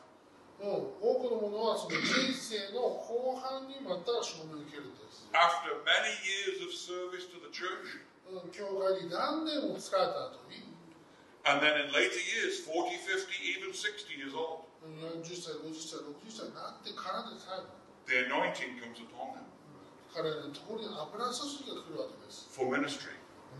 も、うん、多くのものはその人生の後半にまた証明を受けるんです
After many years of service to the church,
うん教会に何年も仕えた後に
and then in later years, 40, 50, even 60 years old,
うん40歳50歳60歳になってからで最後
the anointing comes upon them
彼らのところに油注ぎが来るわけです
for ministry.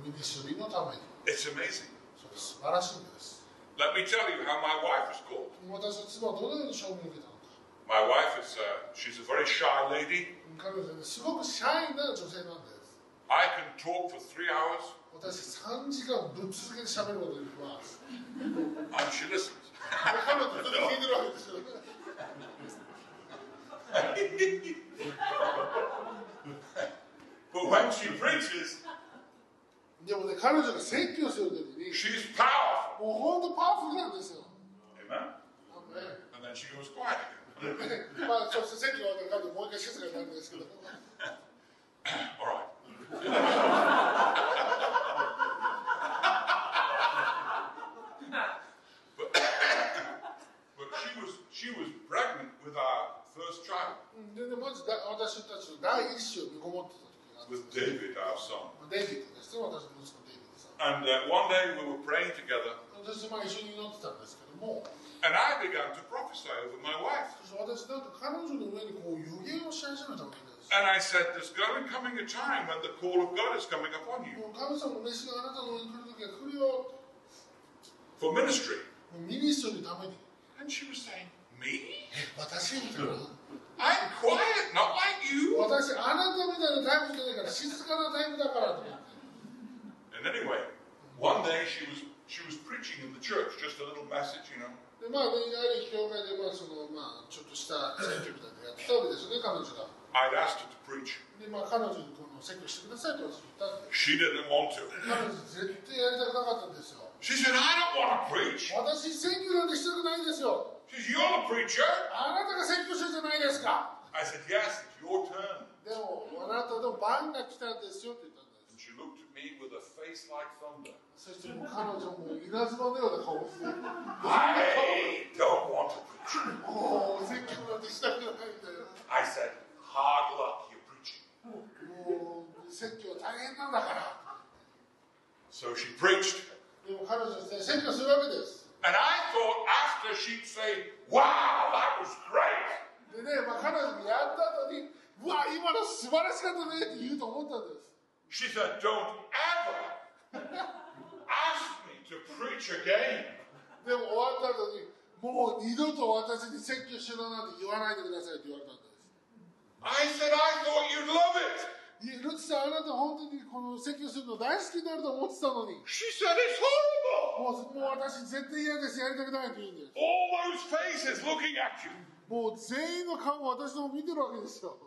ミニストリーのために
It's amazing.
それ素晴らしいんです
Let me tell you how my wife was called.
私の妻はどのように証明を受けたのか
My wife is, uh, she's a very shy lady.
彼女はねすごくシャイな女性なんです
I can talk for three hours
私3時間ぶっ続けて喋ることができます
and she listens.
彼女ずっと聞いてるわけですよね
But when she preaches,
でもね彼女が説教するときに
she's powerful.
もう本当パワフルなんですよ
Amen.
あのね
And then she goes quiet.
まあ、そして選挙が終わったらもう一回静かになるんですけど、
All right. but, but she was she was pregnant with our first child,
うんででまずだ私たちの第一子を見こもってた時があって
with David, our son.
デイビッドですね、私の息子デイビッドさん。
And uh, one day we were praying together,
私とまあ一緒に祈ってたんですけども、
and I began to prophesy over my wife.
そして私なんか彼女の上にこう予言をし始めたわけです。
And I said, "There's going to coming a time when the call of God is coming upon you
もう神様の飯があなたの上に来る時が来るよ。
for ministry."
もうミニストリーのために、
And she was saying, "Me?
私みたいな。
I'm quiet, not like you."
私、あなたみたいなタイプじゃないから、静かなタイプだからと思って。
And anyway, one day she was she was preaching in the church, just a little message, you know.
でまあ、ね、ある教会で、まあそのまあ、ちょっとした選挙みたいなのやってたわけですよね、彼女が。
I'd asked her to preach.
で、まあ、彼女にこの選挙してくださいと私言ったんで、
She didn't want to.
彼女絶対やりたくなかったんですよ。
She said, "I don't want to preach."
私、選挙なんてしたくないんですよ。
She said, "You're the preacher."
あなたが説教するじゃないですか。
I said, "Yes, it's your turn."
でも、あなたの番が来たんですよって言ったんで
And she looked at me with a face like thunder.
す。そしてもう彼女も稲妻のような顔をして、
I don't want to preach.
もう説教なんてしたくないんだよ。
I said, "Hard luck, you're preaching."
もう説教は大変なんだから。
So she preached,
でも彼
after she'd say, Wow, that was great.
でね、まあ、彼女もやった後に、うわ、今の素晴らしかったねって言うと思ったんです。
She said, Don't ever ask me to preach again.
でも終わった後に、もう二度と私に説教しろなんて言わないでくださいって言われたんです。
I said, I thought you'd love it.
いやルツさん、あなた本当にこの説教するの大好きになると思ってたのに、
She said, It's horrible.
もうもう私絶対嫌です、やりたくないって言うんです。
All those faces looking at you.
もう全員の顔を私の方見てるわけですよ。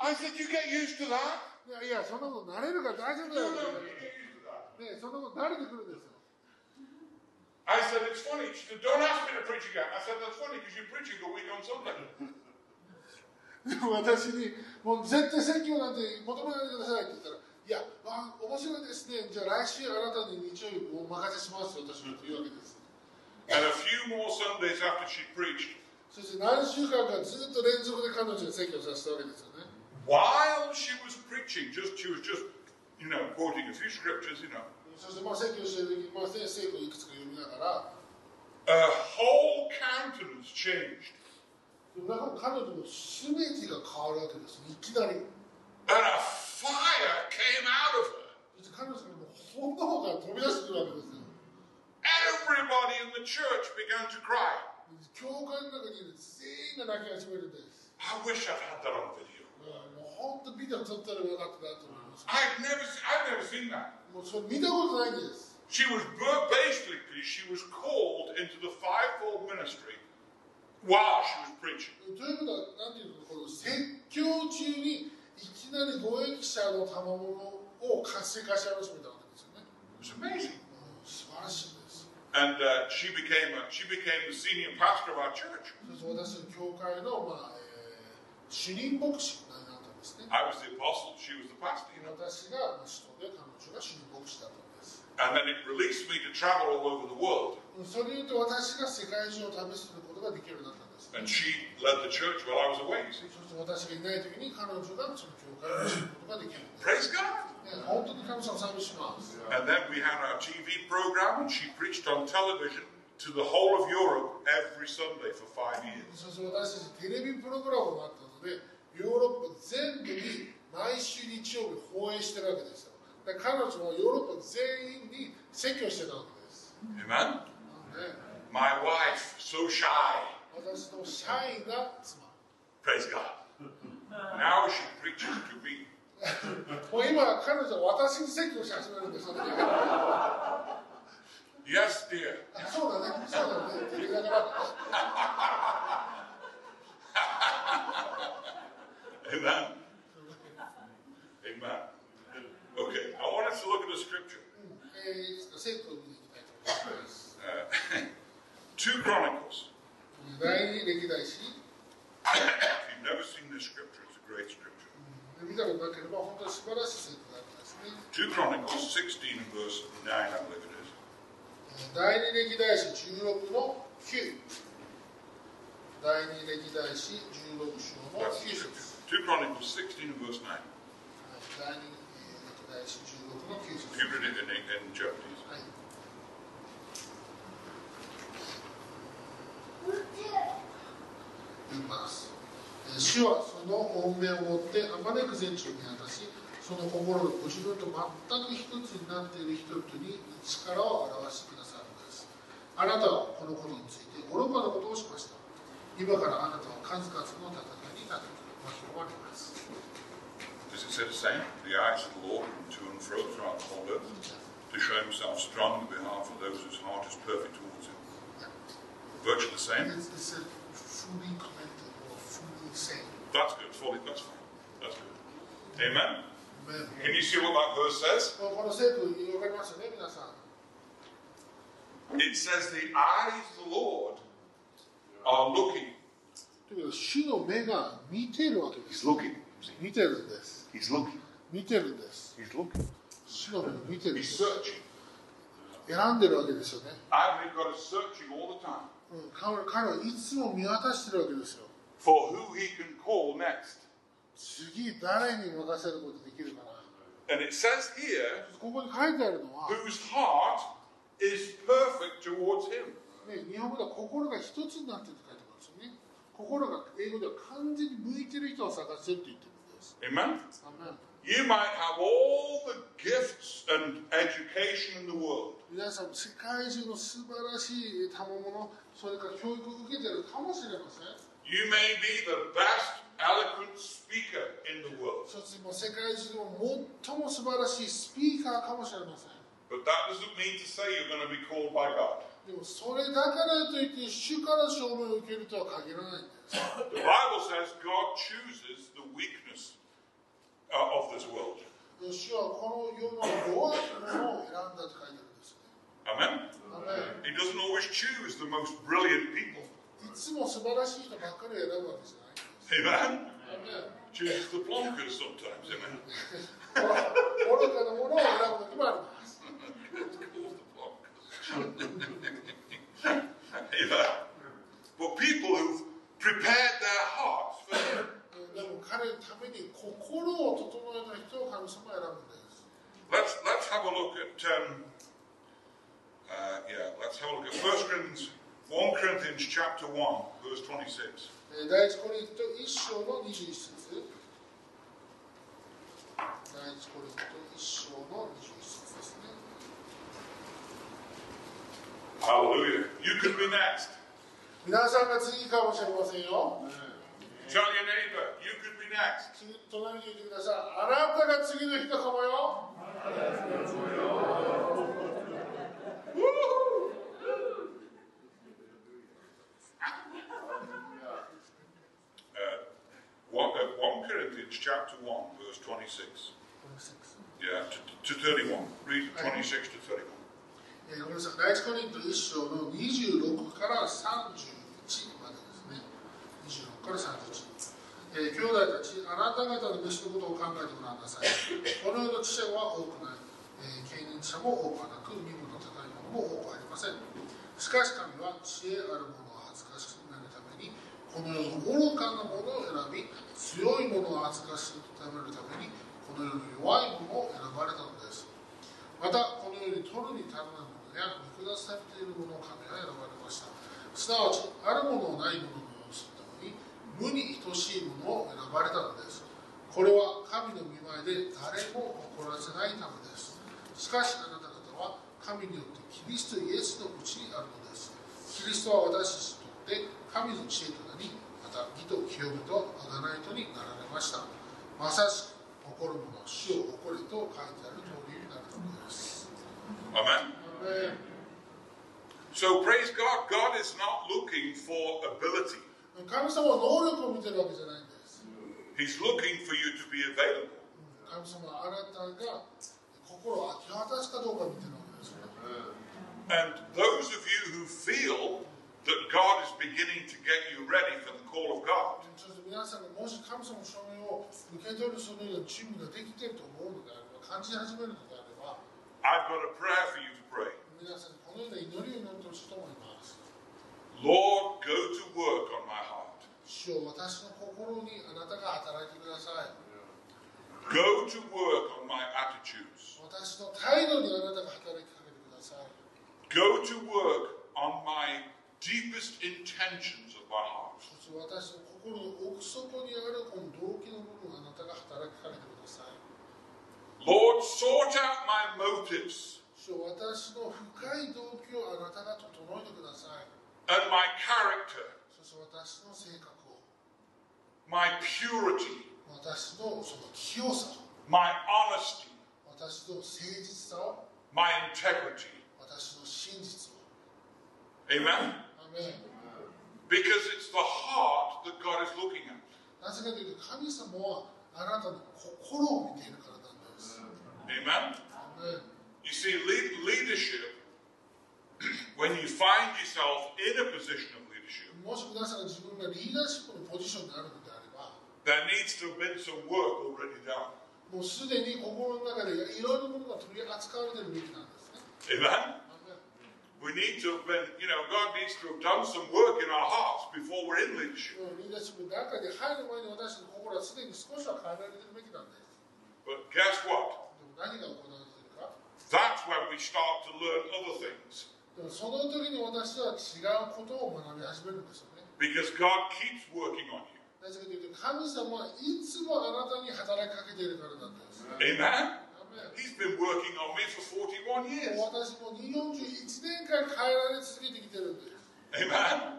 I said, You get used to that.
いやいや、そんなこと慣れるから大丈夫
No,
だ
no,
よ
you。get used to that.
ね、そんなこと慣れてくるんですよ。
I said, It's funny. She said, Don't ask me to preach again. I said, That's funny because you're preaching a week on Sunday.
でも 私に、もう絶対説教なんて求めないでくださいって言ったら、いや、あ面白いですね、じゃあ来週あなたに日曜日お任せしますよ、私はというわけです。
And a few more Sundays after she preached,
そして何週間かずっと連続で彼女に説教させたわけですよね。
while she was preaching, just she was just, you know, quoting a few scriptures, you know,
そしてまあ説教してる時、まあ、先生をいくつか読みながら、
her whole countenance changed.
でもなんか彼女の全てが変わるわけです、いきなり。
And a fire came out of her.
そして彼女がもう炎が飛び出してくるわけですよ。
Everybody in the church began to cry.
教会の中にいる全員が泣き始めるんです。
I wish I'd had that on video.
だからもう本当ビデオ撮ったらよかったなと思います。
I've never, I've never seen that.
もうそれ見たことないんです。
She was basically, she was called into the fivefold ministry while she was preaching.
ということは、なんていうの、この説教中にいきなり護衛者の賜物を活性化し始めたわけですよね。
It was amazing.
うん素晴らしいです。
And uh, she became a, she became the senior pastor of our church.
そして私の教会の、まあえー主任牧師になったんですね。
I was the apostle, she was the pastor, you know.
私が使徒で彼女が主任牧師だったんです。
And then it released me to travel all over the world.
うんそれによって私が世界中を試すことができるようになったんです。
And she led the church while I was away, you see.
そして私がいない時に彼女がその教会を知ることができるんで
Praise
す。
God.
ね本当に神様を賛美します。
And then we had our TV program, and she preached on television to the whole of Europe every Sunday for five years.
そして私たちテレビプログラムがあったのでヨーロッパ全部に毎週日曜日放映してるわけですよで彼女はヨーロッパ全員に説教してたわけです
Amen?
なので
My wife, so shy.
私のシャイな妻
Praise God. Now she preaches to me.
もう今彼女は私に説教し始めるんですよね
Yes, dear.
そうだねそうだねって言いながら
Amen. Amen. Okay, I want us to look at the scripture.
えー、いつか生徒を見に行きたいと思います
Uh, 2 Chronicles.
第二歴代史
If you've never seen this scripture, it's a great scripture.
見たことなければ本当に素晴らしい生徒だったですね
2 Chronicles 16, verse 9, I believe it is.
第二歴代史16の9第二歴代史16章の
That's
9
the
節
scripture. 2 Chronicles 16, verse 9.
はい第二歴代史16の9
If
節
you read it in, in Japanese.
はい読みますえー主はその恩命を持ってあまねく全地を見渡しその心をご自分と全く一つになっている人々に力を表してくださるのですあなたはこのことについて愚かなことをしました今からあなたは数々の戦いになって巻き込まれます
Does it say the same? The eyes of the Lord run to and fro throughout the whole earth to show himself strong in behalf of those whose heart is perfect towards him. Virtually the same.
It's, it's a fully commented or fully said.
That's good. Fully, that's fine. That's good. Amen.
Amen.
Can you see what that verse says?
この聖句、わかりますよね、皆さん。
It says the eyes of the Lord are looking.
ということは、主の目が見てるわけです。
looking.
見てるんです。
He's looking.
見てるんです。
He's looking.
主の目を見てるんで
He's
す。
searching.
選んでるわけですよね。
I believe God is searching all the time
うん、彼彼はいつも見渡してるわけですよ。
for who he can call next.
次、誰に任せることできるかな。
And it says here
ここに書いてあるのは、
whose heart is perfect towards him.
ね、日本語では心が一つになってるって書いてますよね。心が英語では完全に向いてる人を探してると言ってるんです。
Amen?
アーメン
You might have all the gifts and education in the world,
皆さんも世界中の素晴らしい賜物、それから教育を受けてるかもしれません。
you may be the best eloquent speaker in the world,
一つも世界中の最も素晴らしいスピーカーかもしれません。
but that doesn't mean to say you're going to be called by God.
でもそれだからといって主から証明を受けるとは限らないんです。
The Bible says God chooses the weakness uh, of this world.
主はこの世の弱い者を選んだと書いてあるんですよね。
Amen?
アーメン
He doesn't always choose the most brilliant people.
いつも素晴らしい人ばっかりを選ぶわけじゃないんで
Amen?
す。アーメン
Chooses the plonkers sometimes. Amen?
愚かなものを選ぶ時もあります。
Calls the plonkers. Amen? But people who've prepared their hearts for Him.
でも彼のために心を整えた人を神様は選ぶんです。
Let's, let's have a look at, um, uh, yeah, let's have a look at 1 Corinthians, 1 Corinthians chapter 1, verse 26.
えー第一コリント1章の21節第一コリント1章の21節ですね。
Hallelujah. You can be next.
皆さんが次かもしれませんよ。
Tell your neighbour, you could be next.
次隣に言ってください。あなたが次の人かもよ。
Uh, one, uh, 1 Corinthians chapter 1, verse 26. Yeah, to, to 31. Read 26 to 31.
えーごめんなさい。第一コリント1章の26から31までですね。26から31。えー兄弟たち、あなた方の飯のことを考えてごらんなさい。この世の知者は多くない。えー、経任者も多くはなく、身分の高い者も多くありません。しかし神は知恵ある者を恥ずかしくなるために、この世の愚かな者を選び、強い者を恥ずかしくなるために、この世の弱い者を選ばれたのです。また、この世に取るに足らないものや見下されているものを神は選ばれました。すなわち、あるものをないもののようにするために、無に等しいものを選ばれたのです。これは神の御前で誰も怒らせないためです。しかしあなた方は神によってキリストイエスのうちにあるのです。キリストは私たちにとって神の知恵となり、また義と清めと贖いとになられました。まさしく怒る者は死を誇れと書いてある通りになるのです。
Amen.
えー
So praise God. God is not looking for ability.
神様は能力を見てるわけじゃないんです。
He's looking for you to be available.
神様はあなたが心を明け渡すかどうか見てるわけですよね。
And those of you who feel that God is beginning to get you ready for the call of God,
そして皆さんがもし神様の証明を受け取るそのような準備ができていると思うのであれば感じ始めるのであれば
I've got a prayer for you to pray.
皆さんにこのような祈りを祈ってほしいと思います
Lord, go to work on my heart.
主よ私の心にあなたが働いてください
Go to work on my attitudes.
私の態度にあなたが働きかけてください
Go to work on my deepest intentions of my heart.
そして私の心の奥底にあるこの動機の部分をあなたが働きかけてください
Lord, sort out my motives
主よ私の深い動機をあなたが整えてください
and my character,
そして私の性格を
my purity,
私のその清さを
my honesty,
私の誠実さを
my integrity.
私の真実を。
Amen?
アメン
Because it's the heart that God is looking at.
なぜかというと神様はあなたの心を見ているからなんです。
Amen?
アメン
You see, lead, leadership, when you find yourself in a position of leadership,
もし皆さんが自分がリーダーシップのポジションになるのであれば、
there needs to have been some work already done.
もうすでに心の中でいろいろなものが取り扱われているべきなんですね。
Amen?
ア
We
メン
need to have been, you know, God needs to have done some work in our hearts before we're in leadership.
もうリーダーシップの中で入る前に私の心はすでに少しは変えられているべきなんです。
But guess what?
でも何が行われているか、
That's when we start to learn other things.
そでもその時に私は違うことを学び始めるんですよね
because God keeps working on you.
なぜかというと神様はいつもあなたに働きかけているからなんです
Amen?
アーメン
He's been working on me for 41 years.
私も41年間変えられ続けてきてるんです
Amen?
アーメン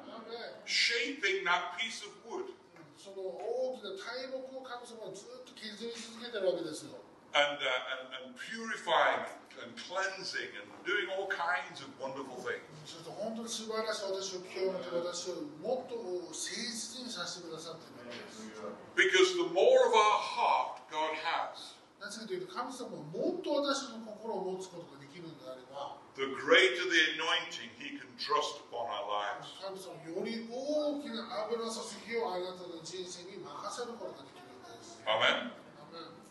Shaping that piece of wood
その大きな大木を神様はずっと削り続けてるわけですよ
and, uh, and, and purifying and cleansing and doing all kinds of wonderful things.
そして本当に素晴らしい私を今日の私をもっと誠実にさせてくださっているわけで
Because
す
the more of our heart God has,
なぜかというと神様はもっと私の心を持つことができるのであれば
the greater the anointing he can trust upon our lives.
神様はより大きな油注ぎをあなたの人生に任せることができるわけです
Amen?
アーメン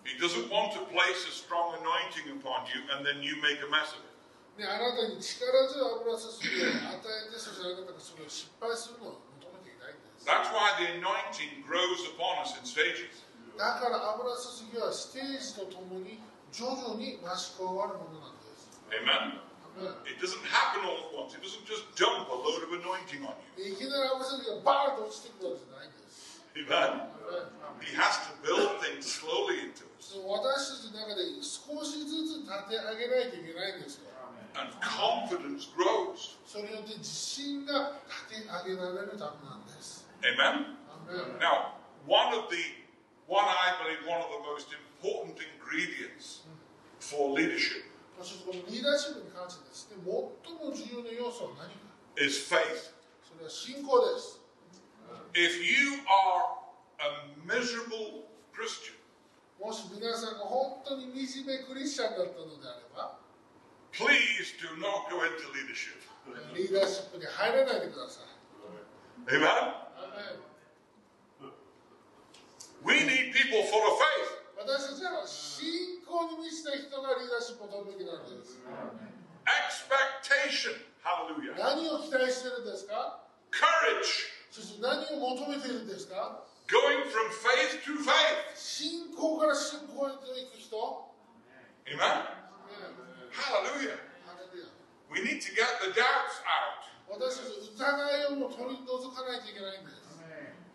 He doesn't want to place a strong anointing upon you and then you make a mess of it.
ね、あなたに力強い油注ぎを与えてそしてあなたがそれを失敗するのを求めていないんですだ
That's why the anointing grows upon us in stages.
から油注ぎはステージとともに徐々に増し加わるものなんです
Amen?
アーメン
It doesn't happen all at once. It doesn't just dump a load of anointing on
いきなり油注ぎがバーンと落ちてくるわけじゃないんです。
you. Amen?
アーメン
He has to build things slowly into us
その私たちの中で少しずつ立て上げないといけないんですよ。
and confidence grows.
それによって自信が立て上げられるためなんです。
Amen?
アーメン
Now, one of the, one I believe, one of the most important ingredients for leadership
そしてこのリーダーシップに関してですね、最も重要な要素は何か
is faith.
それは信仰です。
If you are a miserable Christian,
もし皆さんが本当に惨めクリスチャンだったのであれば、
please do not go into leadership.
リーダーシップに入らないでください。
Amen?
アーメン
We need people full of faith.
私たちは信仰に満ちた人がリーダーシップを取るべきなんです。
Expectation. Hallelujah.
何を期待してるんですか
Courage.
そして何を求めているんですか
Going from faith to faith.
信仰から信仰へと行く人
Amen?
ねえ
Hallelujah.
ハレルヤ
We need to get the doubts out.
私たち疑いをもう取り除かないといけないんです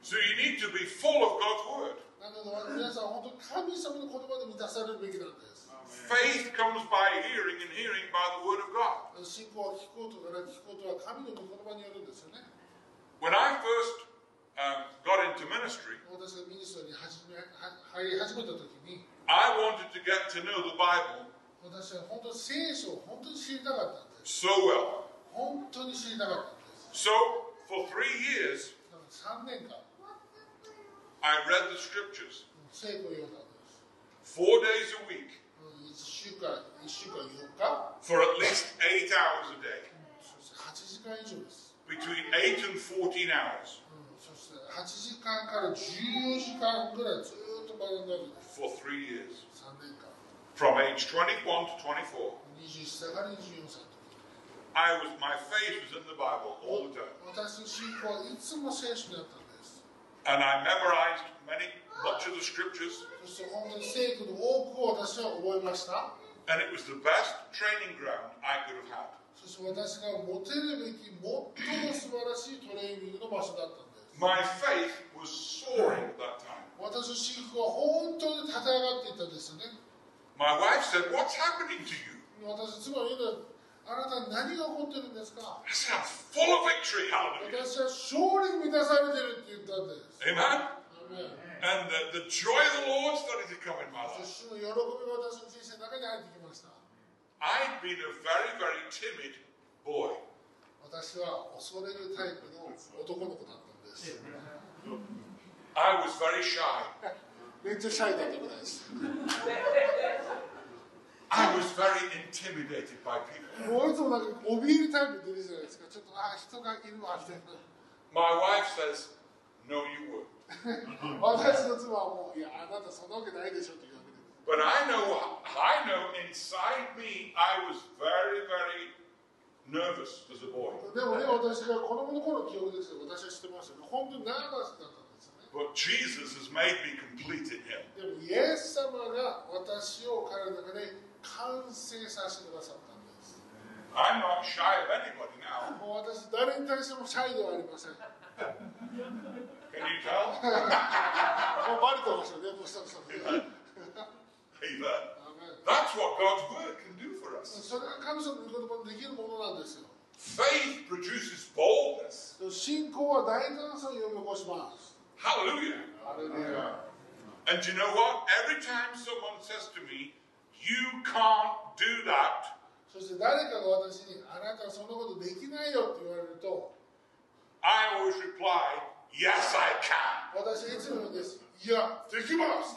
So you need to be full of God's word.
なので皆さん本当に神様の言葉で満たされるべきなんです
Faith comes by hearing, and hearing by the word of God.
信仰は聞くことから聞くことは神の御言葉によるんですよね
When I first um, got into ministry,
私がミニストリーに始めは入り始めた時に
I wanted to get to know the Bible
私は本当に聖書を本当に知りたかったんです
so well.
本当に知りたかったんです
So for three years,
だから3年間
I read the scriptures
成功ようなんです
four days a week
1週間、1週間4日、
for at least eight hours a day,
そして8時間以上です。
between eight and 14 hours,
うん、そして8時間から14時間ぐらいずーっと学んだわけです。
for three years,
3年間。
from age 21 to 24.
21歳から24歳の時。
I was my faith was in the Bible all the time,
私の信仰はいつも聖書にあったんです。
and I memorized many much of the scriptures.
そして本当に聖句の多くを私は覚えました。
and it was the best training ground I could have had.
そして私が持てるべき最も素晴らしいトレーニングの場所だったんです。
My faith was soaring at that time.
私の信仰は本当に立て上がっていったんですよね。
My wife said, What's happening to you?
私、妻は言うのはあなたに何が起こってるんですか
I said, I'm full of victory, hallelujah.
私は勝利に満たされてるって言ったんです。
Amen.
アーメン
And the, the joy of the Lord started to come in my life.
そして主の喜びが私の人生の中に入ってきました。
I'd been a very, very timid boy.
私は恐れるタイプの男の子だったんです。
I was very shy.
めっちゃシャイだったみたいです。
I was very intimidated by people.
もういつもなんか怯えるタイプでいるじゃないですか。ちょっとあ人がいるわみたいな。
My wife says, No, you were.
私の妻はもういやあなたそんなわけないでしょって言うわけです。
But I know, I know inside me, I was very, very nervous as a boy.
でもね私が子供の頃の記憶ですけど私は知ってましたけど本当にナーバスだったんですよね。
But Jesus has made me complete in him.
でもイエス様が私を彼の中で完成させてくださったんです。
I'm not shy of anybody now.
もう私、誰に対してもシャイではありません。もう
Can you tell?
バレてましたね、もう久々に。
Amen.
アーメン
That's what God's word can do for us.
それが神様の御言葉にできるものなんですよ。
Faith produces boldness.
信仰は大胆さを呼び起こします。
Hallelujah.
あれね
And you know what? Every time someone says to me, you can't do that,
そして誰かが私に、あなたはそんなことできないよって言われると、
I always reply, yes, I can.
私いつも言うんです。いや、できます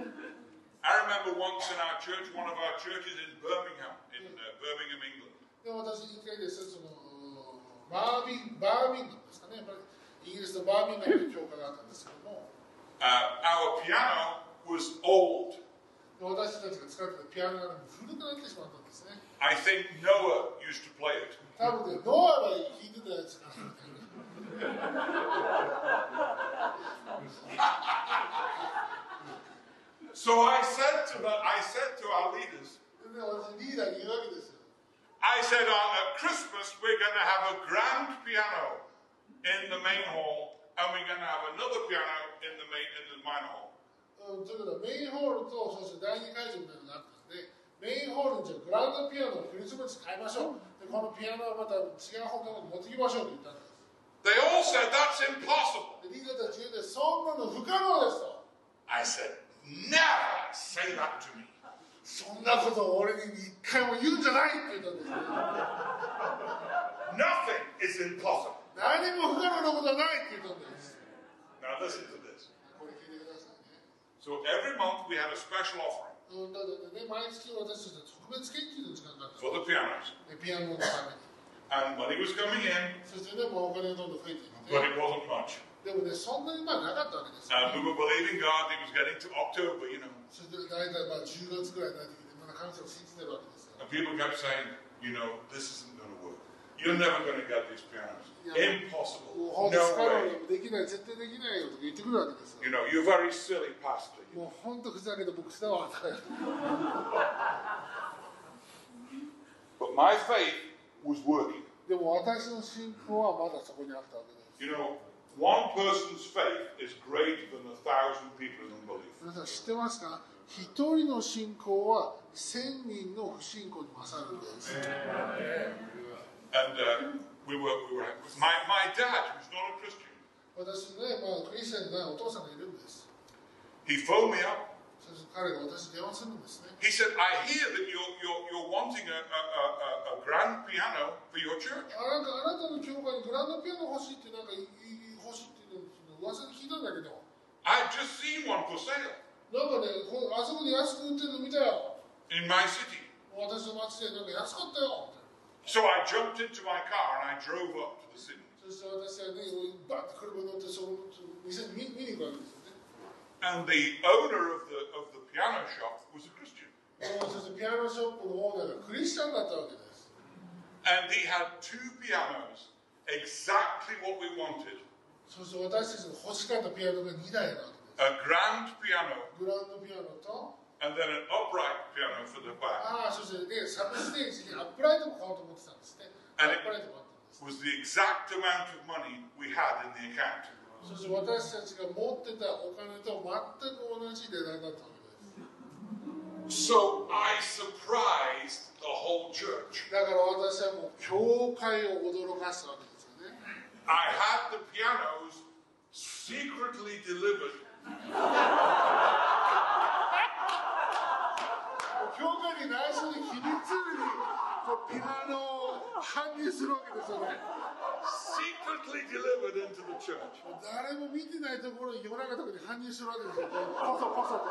I remember once in our church, one of our churches in Birmingham, in uh, Birmingham, England.
で私一回ですそのバービンバービンガムですかねやっぱりイギリスのバービンガムという教会があったんですけども
Uh, our piano was old.
で私たちが使ってたピアノが、ね、古くなってしまったんですね
I think Noah used to play it.
多分ねノアが弾いてたやつなんだよね
So I said to the, I said to our leaders,
でね私リーダーに言うわけですよ
I said, "Uh, at Christmas we're going to have a grand piano in the main hall, and we're going to have another piano in the main in the minor hall.
うんということはメインホールとそして第2会場みたいなのがあったんでメインホールにじゃあグランドピアノをクリスマス買いましょうでこのピアノはまた違う方向に持ってきましょうと言ったんです
They all said that's impossible.
でリーダーたち言うてそんなの不可能ですと
I said, never say that to me.
そんなことを俺に一回も言うんじゃないって言ったんですね
Nothing is impossible.
何も不可能なことはないって言ったんです。
Now listen to this.
これ聞いてくださいね。
So every month we had a special offering
うん、だってね、毎月私たちは特別研究の時間があったん
for the pianos,
です。ピアノのために。
and money was coming in,
そしてね、もうお金がどんどん増えていって、
but it wasn't much.
でもね、そんなにまあなかったわけですよ、
And we were believing God. It was getting to October, you know,
それで大体まあ10月ぐらいになってきて、まだ神様を信じてるわけですよ。
and people kept saying, you know, this isn't going to work. You're never going to get these pianos.
Yeah.
Impossible.
もう本当
No
不可
way.
能でもできない、絶対できないよとか言ってくるわけです
You
よ。
know, you're very silly, Pastor.
もう本当ふざけて僕したわとか言って
But my faith was working.
でも私の信仰はまだそこにあったわけです。
You know, one person's faith is greater than a thousand people in unbelief.
皆さん知ってますか一人の信仰は千人の不信仰に勝るんです。
And uh, we were, we were my, my dad, who's not a Christian,
私ね、まあ、クリスチャンじゃないお父さんがいるんです。
he phoned me up.
そして彼が私に電話するんですね。
He said, I hear that you're, you're, you're wanting a, a, a, a grand piano for your church.
あなんかあなたの教会にグランドピアノ欲しいってなんかいいい欲しいっていうのを噂で聞いたんだけど、
I've just seen one for sale
なんかね、こあそこで安く売ってるの見たよ。
in my city.
私の町でなんか安かったよ。
So I jumped into my car and I drove up to the city.
そして私はね、バッと車に乗ってその店に見見に行くわけですよね。
And the owner of the, of the piano shop was a Christian.
そしてピアノショップのオーナーがクリスチャンだったわけです。
And he had two pianos, exactly what we wanted
そして私たちの欲しかったピアノが2台なわけで
a grand piano
す。グランドピアノと、
and then an upright piano for the back.
ああ、そしてね、サブステージにアップライトも買おうと思ってたんですね。ア
あれ
ップライトもあったんです。
was the exact amount of money we had in the account.
そして私たちが持ってたお金と全く同じ値段だったわけです。
So I surprised the whole church.
だから私はもう、教会を驚かしたわけですよね。
I had the pianos secretly delivered
教会に内緒に秘密裏にこうピアノを搬入するわけですよね。
secretly delivered into the church.
誰も見てないところに夜中とかに搬入するわけですよ。こそこそと。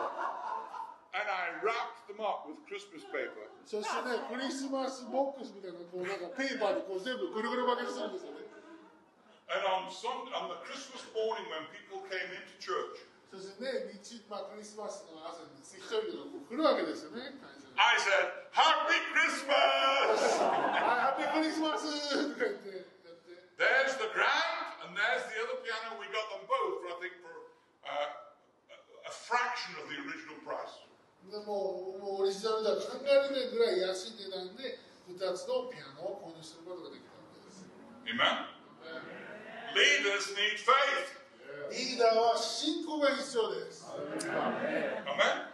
And I wrapped them up with Christmas paper
そしてね、クリスマスボックスみたいな、こうなんかペーパーでこう全部ぐるぐる巻きにするんですよね。
And on Sunday, on the Christmas morning when people came into church,
そしてね、日まあ、クリスマスの朝に一人でこう来るわけですよね、会社に。
I said, Happy Christmas!
あ、ハッピークリスマスとか言ってやって。
There's the grand, and there's the other piano. We got them both for, I think, for uh, a- a fraction of the original price.
でもうもうオリジナルでは考えられないぐらい安い値段で、 2つのピアノを購入することができたわけです
Amen? Leaders need faith.
リーダーは信仰が必要です
Amen?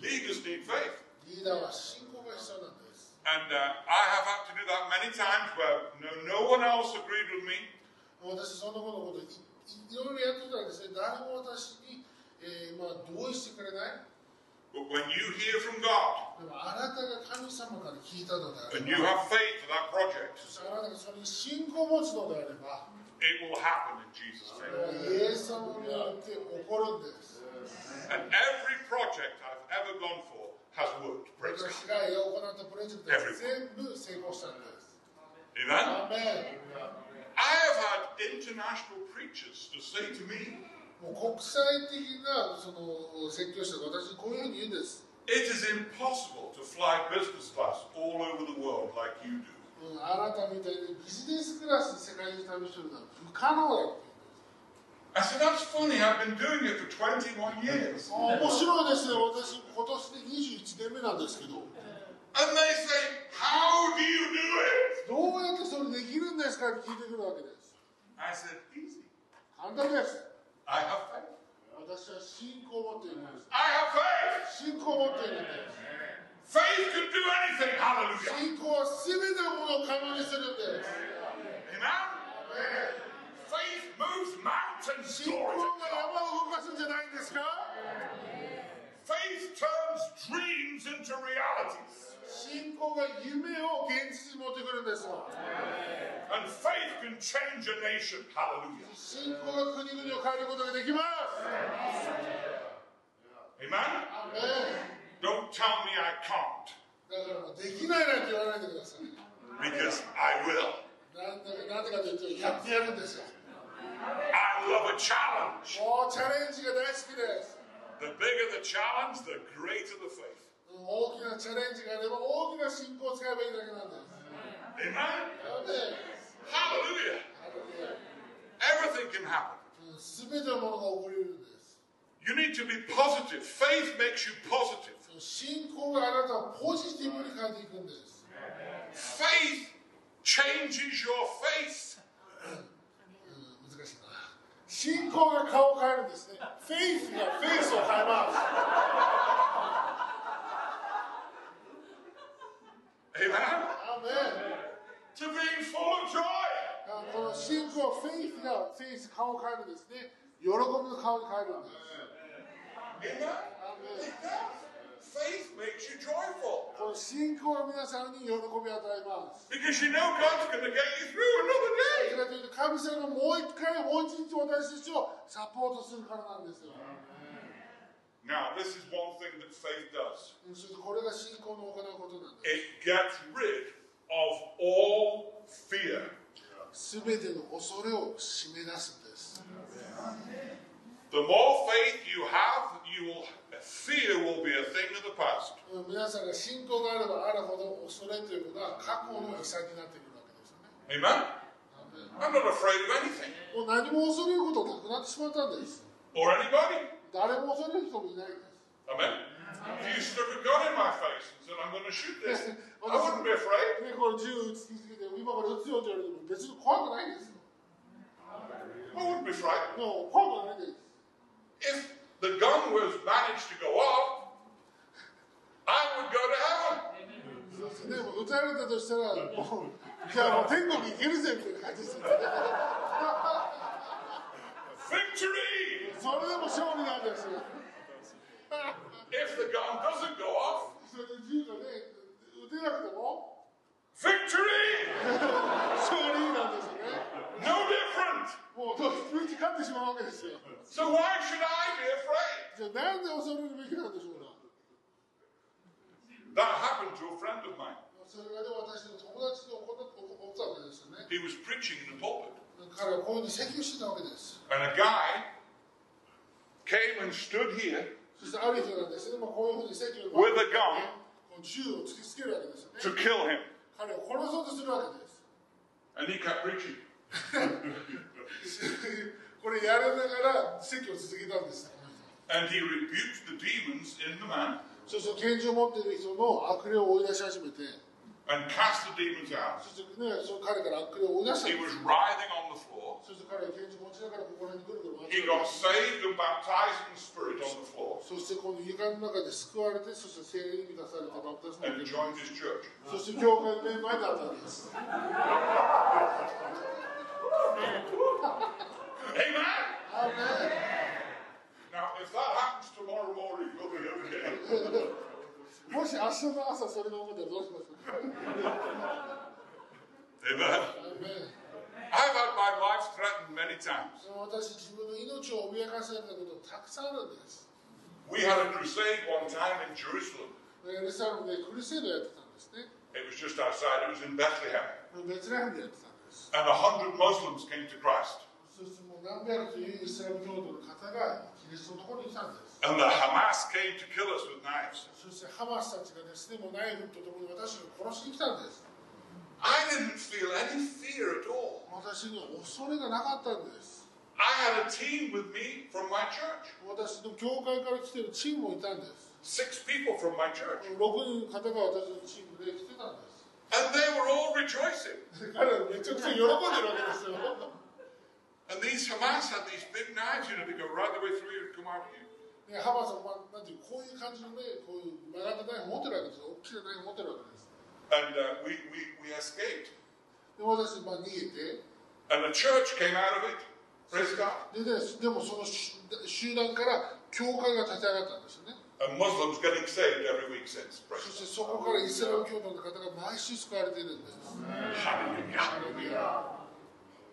Leaders need faith.
リーダーは信仰が必要なんです
And uh, I have had to do that many times where no, no one else agreed with me.
私そんなことのこといいろいろやってたらですね誰も私に、えーまあ、同意してくれない
But when you hear from God
でもあなたが神様から聞いたのであれ
and
ば
you have faith for that project,
そしてあなたがそれに信仰を持つのであれば
it will happen in Jesus'
これ
name.
はイエス様によって起こるんです
And every project I've ever gone for has worked. Praise God.
私が行ったプロジェクトは全部成功したんです。
Amen?
アーメ
I have had international preachers to say to me,
ンもう国際的なその説教者が私にこういうふうに言うんです。
It is impossible to fly business class all over the world like you do.
うん、あなたみたいにビジネスクラス世界に旅するのは不可能だよって言うんです。
I said, that's funny, I've been doing it for 21 years.
あ面白いですね、私、今年で21年目なんですけど、ど
And they say, how do you do it?
うやってそれできるんですかって聞いてくるわけです。
I said, easy.
簡単です。
I have faith.
私は信仰を持っているんで
I have faith.
す。信仰を持っているんで
Faith can do anything. Hallelujah.
す。信仰は全てのものを可能にするんです。
Amen. Faith moves mountains.
信仰
Glory
が
to God.
山を動かすんじゃないんですか
Faith turns dreams into realities.
信仰が夢を現実に持ってくるんですよ
And faith can change a nation. Hallelujah.
信仰が国々を変えることができます
Amen.
ええ
Don't tell me I can't,
だからもうできないなんて言わないでください
because I will.
なんでなんでかというとやってやるんですよ
I love a challenge.
もうチャレンジが大好きです
The bigger the challenge, the greater the faith.
大きなチャレンジがあれば大きな信仰を使えばいいだけなんです
Amen.
なので
Hallelujah.
あの
Everything can happen.
ね全てのものが起こり得るんです
You need to be positive. Faith makes you positive.
信仰があなたをポジティブに変えていくんです
Faith changes your face.
うん難しいな信仰が顔を変えるんですねフェイスがフェイスを変えます
Amen.
アーメン
To being full of joy.
あこの信仰はフェイスがフェイス顔を変えるんですね喜びの顔に変えるんです
Amen.
アーメン
It does. Faith makes you joyful.
この信仰が皆さんに喜びを与えます
Because you know God's going to get you through another day.
だからというと神様がもう一回もう一日私たちをサポートするからなんですよ
Now, this is one thing that faith does
そしてこれが信仰の行うことなんで
it gets rid of all fear.
す全ての恐れを締め出すんです
The more faith you have, you will fear will be a thing of the past.
うん皆さんが信仰があればあるほど恐れというのが過去の遺産になってくるわけですよね
Amen? I'm not afraid of anything
もう何も恐れることなくなってしまったんです
or anybody.
誰も恐れる人もいないんです
Amen? If you stuck a gun in my face and said, I'm going to shoot this, I wouldn't be afraid.
ね、この銃撃ち続けて、今から撃つよって言われても別に怖くないですよ。
I wouldn't be frightened.
もう怖くないです。
If the gun was managed to go off, I would go to heaven.
そうですね、もう撃たれたとしたら、もう、じゃあもう天国行けるぜみたいな感じですよね。
Victory!
それでも勝利なんですよ。
If the gun doesn't go off,
それで銃がね、撃てなくても
victory!
勝利なんですよね。
No different.
もうどっち勝ってしまうわけですよ。じ
So why should I be afraid?
ゃあなんで恐れるべきなんでしょうか。
That happened to a friend of mine.
それがね、私の友達のこの起こったわけですよね。
He was preaching in the pulpit,
彼はこういうふうに請求してたわけです。
and a guy came and stood here
そしてある人なんですね、まあ、こういうふうに席を
with a gun
こう銃を突きつけるわけですよ
to
ね。
kill him,
彼を殺そうとするわけです。
and he kept preaching.
これやりながら席を続けたんです。
And he rebuked the demons in the man,
そうそう、拳銃を持っている人の悪霊を追い出し始めて、
and cast the demons out.
そしてね、その彼から悪霊を追い出した
He
ん
was
です。
writhing on the floor.
そして彼は天地持ちながらここら辺にぐるぐる回って
He got saved and baptized in the Spirit on the floor
そしてこの床の中で救われて、そして精霊に満たされてバプテスマ
and
を受け
joined his church.
そして教会のメンバーになったんです。
Amen!
アーメン
Now, if that happens tomorrow morning, we'll be okay.
もし明日の朝それが起こったらどうしますか
Amen.
アーメン
I've had my life threatened many times.
その私、自分の命を脅かされたことたくさんあるんです。
We had a crusade one time in Jerusalem.
エルサレムでクルセードやってたんですね。
It was just outside, it was in Bethlehem.
ベツレハムでやってたんです。
And a hundred Muslims came to Christ.
そしてもう何百というイスラム教徒の方がキリストのところにいたんです。
And the Hamas came to kill us with knives.
そしてハマスたちがですね、もうナイフとともに私を殺しに来たんです。
I didn't feel any fear at all.
私には恐れがなかったんです。
I had a team with me from my church.
私の教会から来てるチームもいたんです。
Six people from my church.
6人の方が私のチームで来てたんです。
And they were all rejoicing.
で彼らめちゃくちゃ喜んでるわけですよ。
And these Hamas had these big knives, you know, they go right the way through you and come out at you.
ね、ハマスは、ま、なんていうこういう感じのね、こういう曲がったナイフ持ってるわけですよ。大きなナイフ持ってるわけです。
And uh, we, we, we escaped.
で、私、まあ、逃げて、
And a church came out of it. Praise God.
でね、でもその集集団から教会が立ち上がったんですよね。
And Muslims getting saved every week since.
そ
Praise
してそこからイスラム教徒の方が毎週救われているんです。
God. Hallelujah.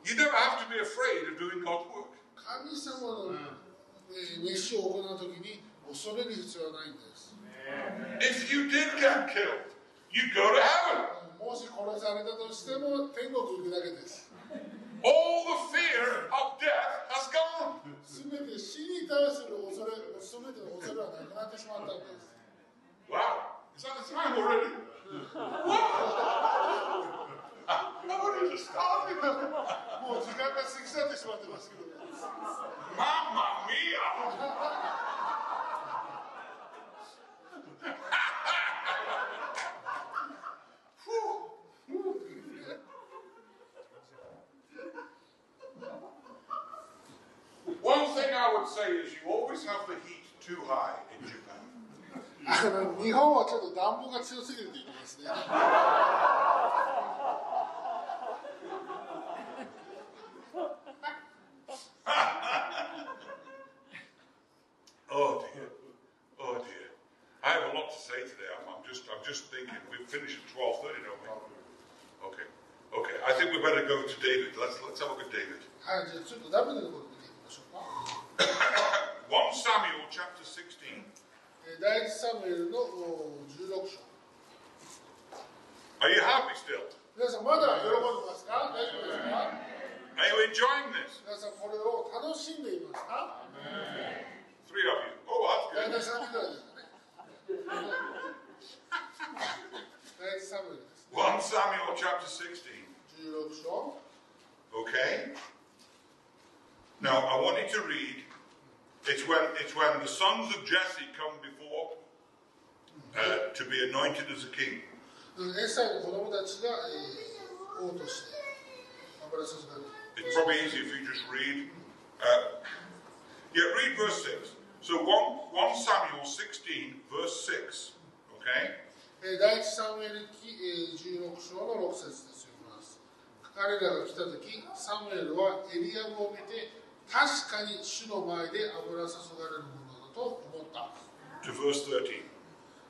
You never have to be afraid of doing God's work.
神様の、えー、熱心を行うときに恐れる必要はないんです。
If you did get killed, you go to heaven.
もし殺されたとしても天国行くだけです。
All the fear of death has gone.
すべて死に対する恐れ、すべての恐れはなくなってしまったんです。
Wow. Is that the time already? Wow. Nobody's starting.
もう時間が過ぎ去ってしまってますけど、
Mamma mia. Whew. One thing I would say is you always have the heat too high in Japan.
あの日本はちょっと暖房が強すぎると言ってますね。
Oh dear. Oh dear. I have a lot to say today. I'm, I'm just I'm just thinking. We finish at twelve thirty, don't we? Okay. Okay. I think we better go to David. Let's let's have a look at David.
はい、じゃあちょっとダメなところ見ていきましょうか。
One Samuel chapter sixteen.
えー第一サムエルのおー16章。
Are you happy still?
皆さんまだ喜んでますか大丈夫ですか
Are you enjoying this?
皆さんこれを楽しんでいますか
Three of you. Oh,
大
that's
体
good.
3人ぐらいですかね。第一サムエルです。
One Samuel chapter sixteen.
16章。
Okay. Now I want you to read. It's when it's when the sons of Jesse come before uh, to be anointed as a king.
エッサイの子供たちが、えー、王として。油注がれる
It's probably easier if you just read. Uh, yeah, read verse 6. So 1, 1 Samuel 16, verse 6. Okay?
えー第一サムエル記、えー、16章の6節ですよます彼らが来た時サムエルはエリアムを見て確かに主の前で油注がれるものだと思った
To verse 13.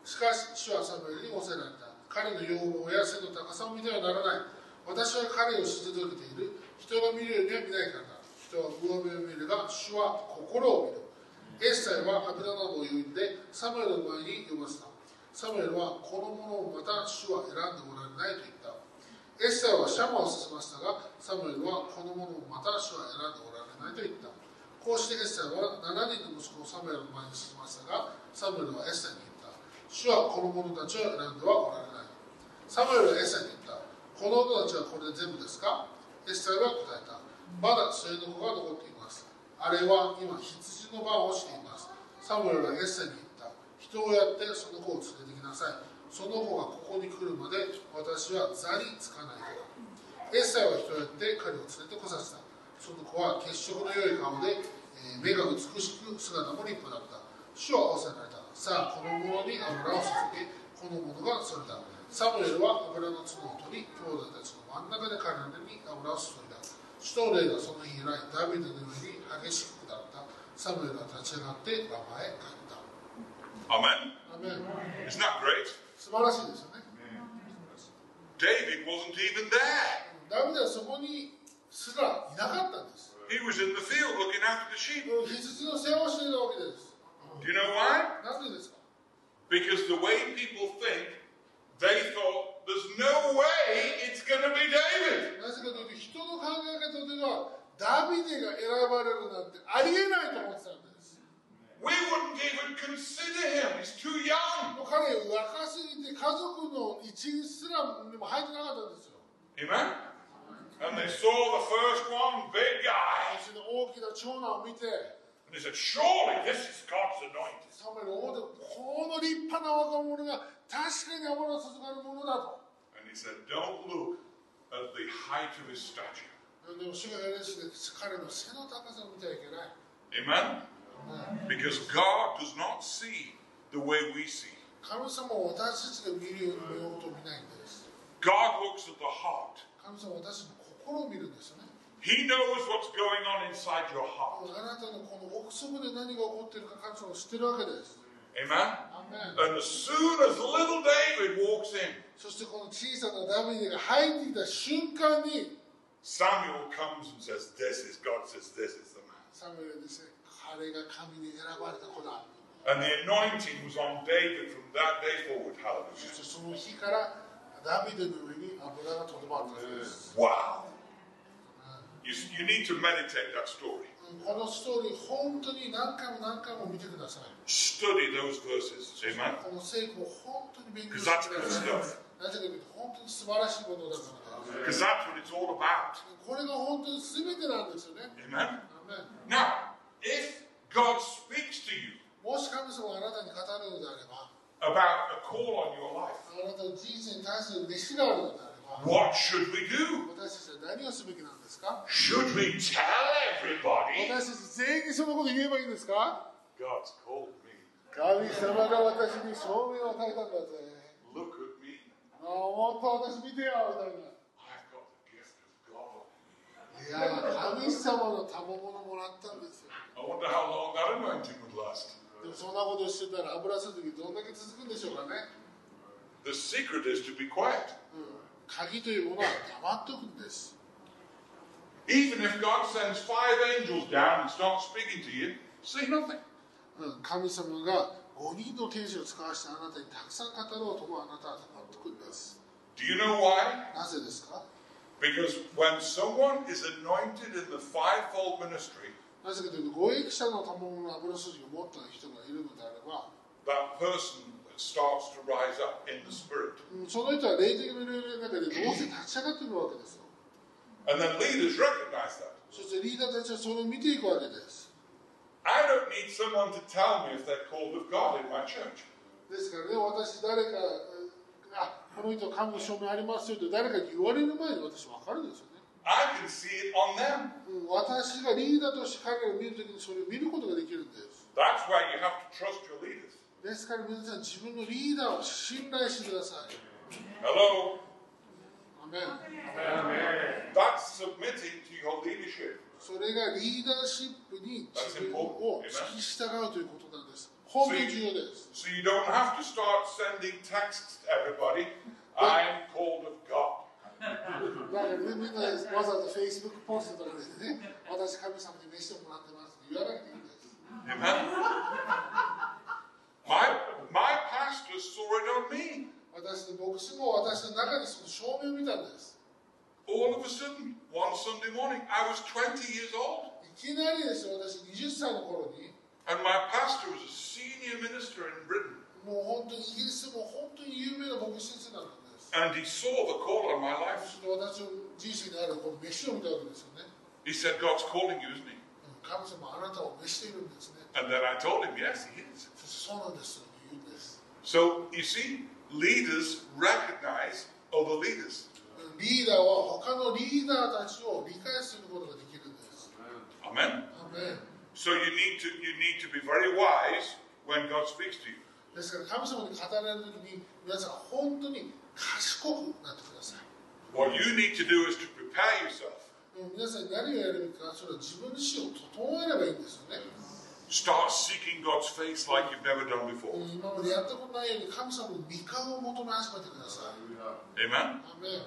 しかし主はサムエルに仰せられた彼の容貌や背の高さを見てはならない私は彼を退けている人が見るようには見ないからだ人は上目を見るが主は心を見るエッサイは油などを呼んでサムエルの前に呼ばせたサムエルはこの者をまた主は選んでおられないと言ったエッサイはシャマを進ませたがサムエルはこの者をまた主は選んでおられないと言ったこうしてエッサイは7人の息子をサムエルの前に進ませたがサムエルはエッサイに言った主はこの者たちを選んではおられないサムエルはエッサイに言ったこの者たちはこれで全部ですかエッサイは答えたまだ末の子が残っていますあれは今羊の番をしていますサムエルはエッサイに言った人をやってその子を連れてきなさいその子がここに来るまで私は座につかないからエッサイは人やって彼を連れてこさせたその子は血色の良い顔で、えー目が美しく姿も立派だった主は仰せられたさあこの者に油を注げこの者がそれだサムエルは油の角を取り兄弟たちの真ん中で彼らに油を注いだ主と霊がその日以来ダビデの上に激しく下ったサムエルは立ち上がってラマへ帰った
Amen.
アメン
Isn't that great?
素晴らしいですよね
David wasn't even there.
ダビデはそこにすらいなかったんです
He was in the field looking after the sheep.
羊の世話をしていたわけです
Do you know why?
なぜですか
Because the way people think, they thought there's no way it's going to be David.
なぜかというと人の考え方ではダビデが選ばれるなんてありえないと思ってたんです
We wouldn't even consider him. He's too young.
もう彼若すぎて家族の一員すらにも入ってなかったんですよ
Amen. And they saw the first one, big guy,
私の大きな長男を見て
and they said, "Surely this is God's anointed."
サムエル王でこの立派な若者が確かに油を注がるものだと
And he said, "Don't look at the height of his stature."
でも主がやるし彼の背の高さを見てはいけない
Amen. Because God does not see the way we see.
神様を私たちが見るように見ようと見ないんです
God looks at the heart.
神様は私の心を見るんですよね
He knows what's going on inside your
あ
heart.
なたのこの奥底で何が起こっているか神様は知ってるわけです
Amen.
アー
And
メン
as soon as little David walks in,
そしてこの小さなダビデが入ってきた瞬間に
Samuel comes and says, This is God says this is the man.
サムエルですね彼が神に選ばれた子だ
And the anointing was on David from that day forward.
そし
Hallelujah.
てその日からダビデの上に油がとどまったんです、
Wow. You, you need to meditate that story.
このストーリー本当に何回も何回も見てください
Study those verses. Amen.
この聖句を本当に勉
Because
強して
that's
くだ
good
さい
stuff.
なぜかというと本当に素晴らしいものだからで
Because
す
that's what it's all about.
これが本当に全てなんですよね
Amen.
アーメン
Now, if God speaks to you
もし神様があなたに語るのであれば
about a call on your life,
あなたの人生に対する飯があるのであれば
what should we do?
私たちは何をすべきなんですか
Should we tell everybody
私たち全員にそのこと言えばいいんですか
God's called me?
神様が私に証明を与えたんだぜ
Look at me.
あもっと私見てよみ
I've got the gift of God.
たいないや神様の賜物もらったんですよ
I wonder how long that anointing would last.
でもそんなことしてたら油する時どんだけ続くんでしょうかね、
The secret is to be quiet.
うん、鍵というものは黙っとくんです
Even if God sends five angels down and starts speaking to you, say nothing.
うん、神様が5人の天使を使わしてあなたにたくさん語ろうともあなたは黙っとくんです
Do you know why?
なぜですか
Because when someone is anointed in the fivefold ministry,
なぜかというと五益者の賜物の油筋を持った人がいるのであれば、
that person starts to rise up in the spirit.
うん、その人は霊的な領域の中でどうせ立ち上がってくるわけですよ
And then leaders recognize that.
そしてリーダーたちはそれを見ていくわけです
I don't need someone to tell me if they're called of God in my church.
ですからね、私、誰か、うんあこの人、神の証明ありますよって誰かに言われる前に私、分かるんですよね。
I can see it on them.
うん、私がリーダーとして彼らを見るときにそれを見ることができるんです。
That's why you have to trust your leaders.
ですから皆さん、自分のリーダーを信頼してください。
Hello?
アメン
That's submitting to your leadership.
それがリーダーシップに自分を付き従うということなんです。本当に重要です。
So you don't have to start sending texts to everybody. I'm called of God.
だからみんなわざわざ Facebook ポストとかでね、私、神様に飯をもらってますって言わなくていいんです。
Amen? My, my pastor saw it on me.
私の牧師も私の中でその証明を見たんです。
All of a sudden, one Sunday morning, I was 20 years old.
いきなりですよ、私20歳の頃に、
And my pastor was a senior minister in Britain.
もう本当にイギリスでも本当に有名な牧師先生だったんです。
And he saw the call on my life.
そして私の人生にあるこの飯を見たわけですよね。
He said, God's calling you, isn't he?
神様あなたを召しているんですね。
And then I told him, yes, he is.
そしてそうなんですよ、言うんです。
So, you see, leaders recognize other leaders.
リーダーは他のリーダーたちを理解することができるんです。
Amen.
アーメン
So you need to you need to be very wise when God speaks to you.
ですから神様に語られるときに皆さん本当に賢くなってください。
What you need to do is to prepare yourself.
でも皆さん何をやるべきかそれは自分自身を整えればいいんですよね。
Start seeking God's face like you've never done before.
今までやったことないように神様の御顔を求め始めてください。
Amen.
アーメン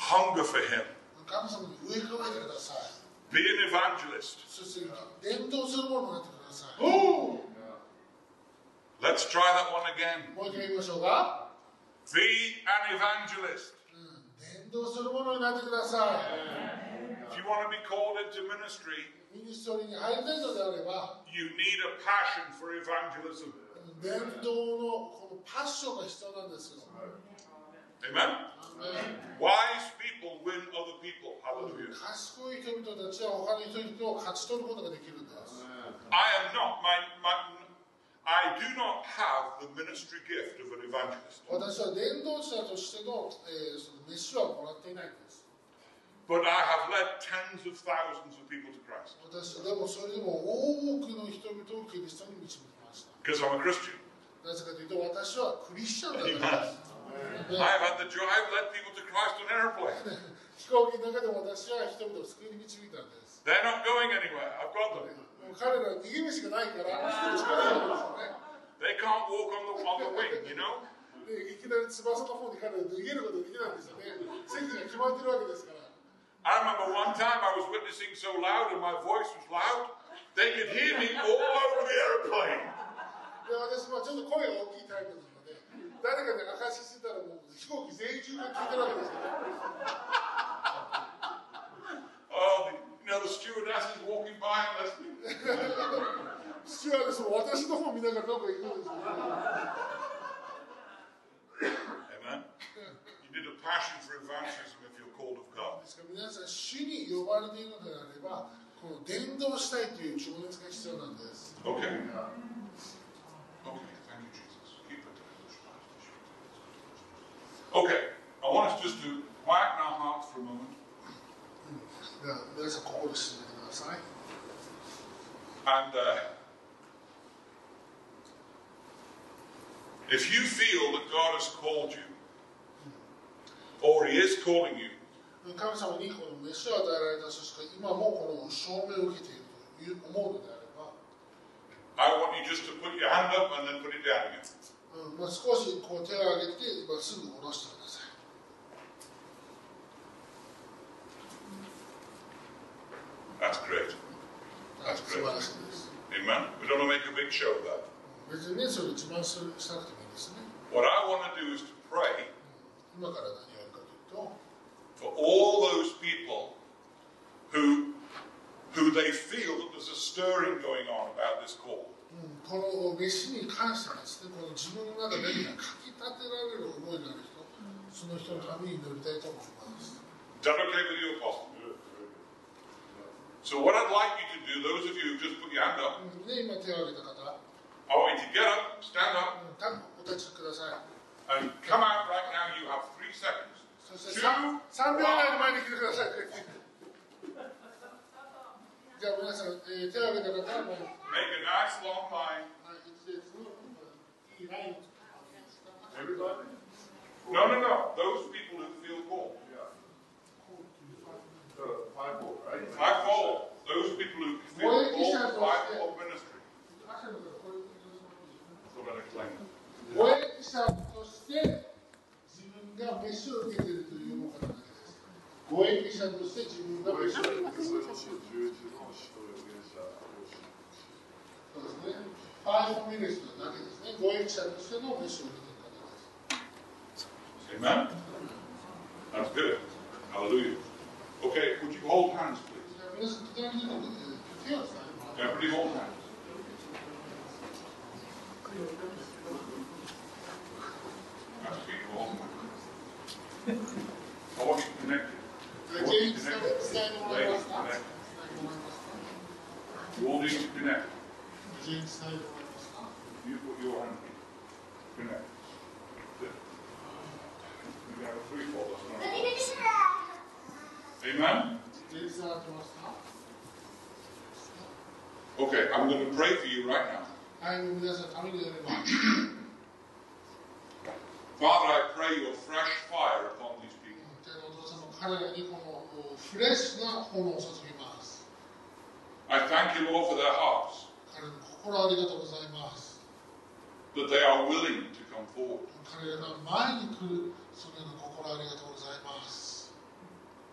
Hunger for Him.
神様に植え替えてください。
Be an evangelist.
そして伝統するものになってください。
Ooh. Let's try that one again.
もう一回言いましょうか。
Be an evangelist.
伝道するものになってくださ
If you want to be called into ministry,
い。ミニストリーに入りたいのであれば、
you need a passion for evangelism.
伝道のこのパッションが必要なんですけど、
Amen.
ね
Wise people win other people. Hallelujah.
賢い人々たちは他の人々を勝ち取ることができるんです。
I am not my, my I do not have the ministry gift of an evangelist,
私は伝道者としての,、えーその飯はもらっていないんです。
but I have led tens of thousands of people to Christ
私でもそれでも多くの人々をキリストに導きました。
because I'm a Christian.
なぜかというと私はクリスチャンだからで
I
す。
have had the joy. I've led people to Christ on airplanes.
飛行機の中でも私は人々を救いに導いたんです。
They're not going anywhere. I've got them.
もう彼らは逃げ道しかないから、人しかないわけ
They can't walk on the on the wing, you know.
ですよね。で、いきなり翼の方に彼ら逃げることできないんですよね。席が決まってるわけですから。
I remember one time I was witnessing so loud and my voice was loud, they could hear me all over the airplane.
で、私はちょっと声が大きいタイプなので、誰かで明かししてたらもう飛行機全員中が聞いてるわけですから。
Oh, the, you know the stewardess is walking by and listening.
父はですも私の方見ながらどこか行くんですけど、
Amen. You need a passion for evangelism if you're called of God.
ですから皆さん、主に呼ばれているのであれば、この伝道したいという情熱が必要なんです。
Okay. Okay, thank you, Jesus. Keep it there. Okay, I want us just to quieten our hearts for a moment
では皆さん、心を静めてください。
and uh, if you feel that God has called you, or He is calling you,
神様にこの飯を与えられたそして今もこの証明を受けているという思うのであ
I
れば、
want you just to put your hand up and then put it down again.
うんまあ、少しこう手を挙げて、まあ、すぐ下ろしてください
That's great.
あ
That's
素晴
great.
らしいです
Amen. We don't want to make a big show of that.
別にねそれを自慢するしなくてもいいですね
What I want to do is to pray
今から何をやるかというと
for all those people who who they feel that there's a stirring going on about this call.
うん、この飯に関してはですね、この自分の中で何かかき立てられる思いがある人、その人のために祈りたいと思います。
Is that okay with you, Apostle? So what I'd like you to do, those of you who just put your hand up,
うんで、今手を挙げた方、うん、
I want you to get up, stand up,
たお立ちください。
and come out right now. You have three seconds.
そして 3, 3秒前の前に来てください。 じゃあ皆さん、えー手を挙げた方はもう、
Make a nice long line.
はい、一列のいいラインを作ってください
Everybody?
No, no, no. Those people who feel called.
Five more, right?
Five fold. Those people who feel called, five fold ministry.
朝の方こういう
So I'm
こと
going to claim it.
を護衛者として自分が飯を受けているという方だけです。護衛者として自分が飯を受けている。そうですね。ファイフォミネスのだけですね。護衛者としての飯を受けている方です。
Amen. That's good. Hallelujah. Okay, would you hold hands, please?
じゃあ皆さん、手を挙げて手をつなぎます。
Everybody hold hands. That's good. You hold hands. I want you connected.
全員伝えてもらえますか
Connected. You all need to connect.
全員伝えてもらえますか
You put your hand in. Connect. Good. can have a free fall. That's not a Amen?
レーザーとマスター
Okay, I'm going to pray for you right now.
はい、皆さん、神でやれば、
Father, I pray your fresh fire upon these people.
天のお父様、彼らにこのおフレッシュな炎を注ぎます。
I thank you, Lord, for their hearts,
彼の心ありがとうございます。
that they are willing to come forward,
彼らが前に来る、それの心ありがとうございます。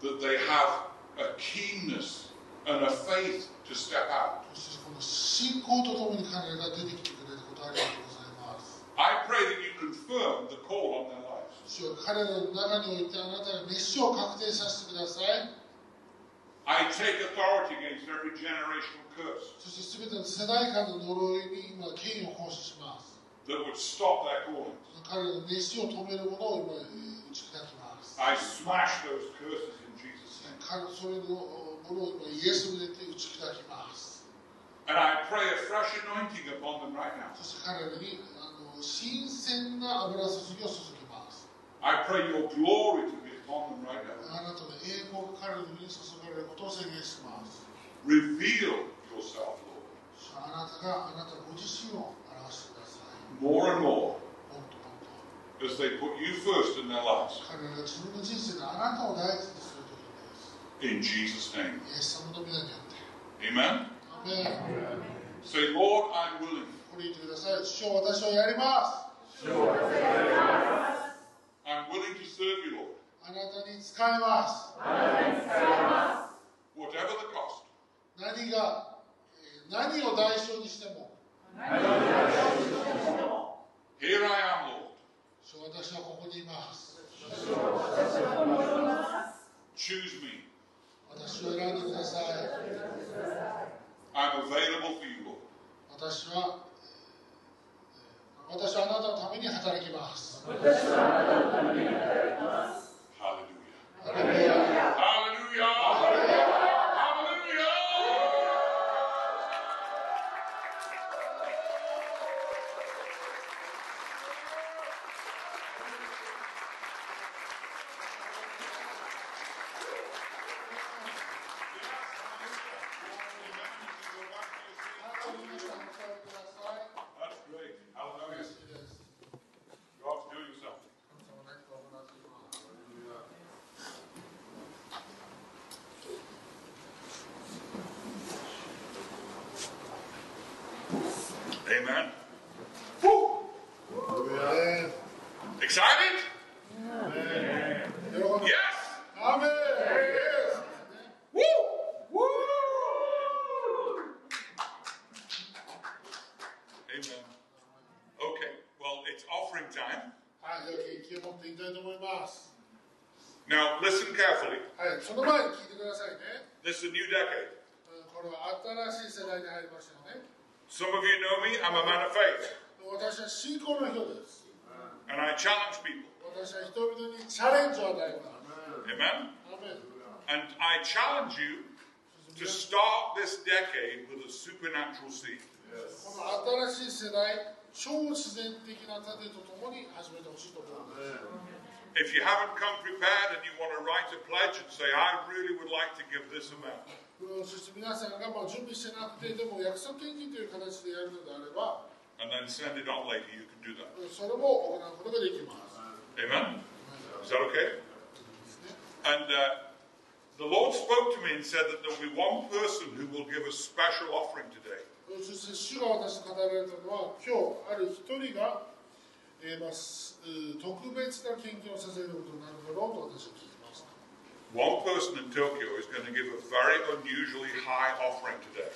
that they have a keenness and a faith to step out.
そしてこの信仰とともに彼らが出てきてくれることありがとうございます。
I pray that you confirm the call on their lives.
主よ彼らの中においてあなたが熱心を確定させてください。
I take authority against every generational curse
そして全ての世代間の呪いに今、権威を行使します。
that would stop their calling.
彼らの熱心を止めるものを今、えー打ち砕きます。
I smash those curses in Jesus' name.
彼それのものをイエスに入れて打ち砕きます。
And I pray a fresh anointing upon them right now.
そして彼らにあの新鮮な油注ぎを注ぎます。
I pray your glory to be upon them right
あ
now.
なたの栄光が彼らに注がれることを宣言します。
Reveal yourself, Lord,
主はあなたがあなたご自身を表してください。
more and more
もっと
as
もっと。
they put you first in their lives.
彼らが自分の人生であなたを大事にするときで
In Jesus' name.
す。イエス様の皆によって。
Amen.
アメン。
Say, Lord, I'm willing.
これ言ってください。主よ私はやります。
I'm willing to serve you, Lord,
あなたに使えます。
whatever the cost.
何が、えー何を代償にしても。
Here I am, Lord.
主よ私はここにいます。
Choose me.
私を選んでください。
I'm available for you, Lord.
私は、えー私はあなたのために働きます。
Hallelujah.
アレルヤ
Hallelujah. Hallelujah. That's great. Hallelujah. God's doing something. Amen. Woo! Excited?
喜んで
Yes!
アーメン
Woo! Woo! Amen. Okay, well, it's offering time.
はい、では研究を持っていきたいと思います。
Now, listen carefully.
はい、その前に聞いてくださいね。
This is a new decade.
うんこれは新しい世代に入りましたよね。
Some of you know me, I'm a man of faith,
私は信仰の人です。
and I challenge people.
私は人々にチャレンジを与えます。
Amen?
アーメン
And I challenge you to start this decade with a supernatural seed.
この新しい世代、超自然的な盾とともに始めてほしいと思います。
If you haven't come prepared and you want to write a pledge and say, I really would like to give this amount,
うんそして皆さんがまあ準備してなくて、でも約束献金という形でやるのであれば、
and then send it on later, you can do that.
うんそれも行うことができます。
Amen? Is that okay? And uh, the Lord spoke to me and said that there will be one person who will give a special offering today.
うんそして主が私に語られたのは、今日ある一人が、えーまあすうん特別な献金をさせることになるだろうと私は聞きました。
One person in Tokyo is going to give a very unusually high offering today.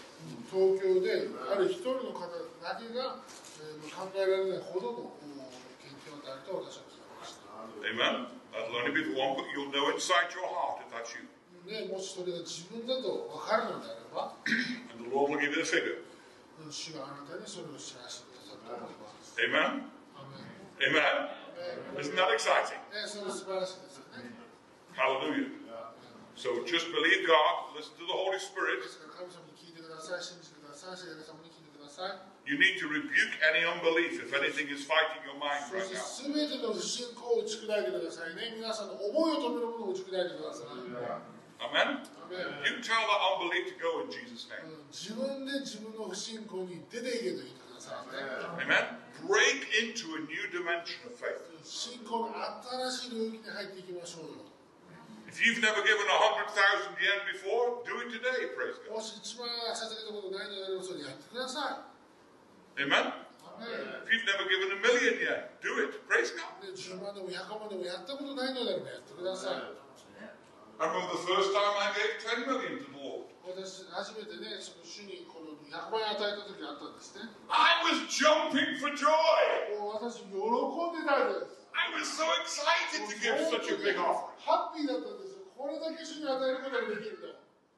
東京である一人の方だけが、えーまあ考えられないほどのうん献金を与えると私は聞きました。
Amen? That'll only be the one, but you'll know inside your heart if that's you.
ね、もしそれが自分だと分かるのであれば、
And the Lord will give you the figure.
主があなたにそれを知らせてくださると思います。
Amen?
アメ
Amen?
ンね
Isn't that exciting?
ね、それ素晴らしいですよね。
Hallelujah. So just believe God, listen to the Holy
で
Spirit,
すから神様に聞いてください、信じてください、聖霊様に聞いてくだささい。
You need to rebuke any unbelief if anything is fighting your mind
そ
right
し
now.
て全ての不信仰を打ち砕いてくださいね。皆さんの思いを止めるものを打ち砕いてください。
Amen?
アメン
You tell that unbelief to go in Jesus' name.
自分で自分の不信仰に出ていけと言ってくださいね。
Amen? Break into a new dimension of faith.
信仰の新しい領域に入っていきましょうよ。
If you've never given 100,000 yen before, do it today, praise God.
もし一番捧げたことないのであればそれやってください。
Amen?
アメン
If you've never given a million yen, do it, praise God.
で10万でも100万でもやったことないのであればやってください。
I remember the first time I gave 10 million to the Lord.
私、初めてね、その主にこの100万円与えた時があったんですね。
I was jumping for joy.
もう私、喜んでたんです。
I was so excited to give such a big offering.
ハッピーだったんですよ。これだけ主に与えることができるんだよ。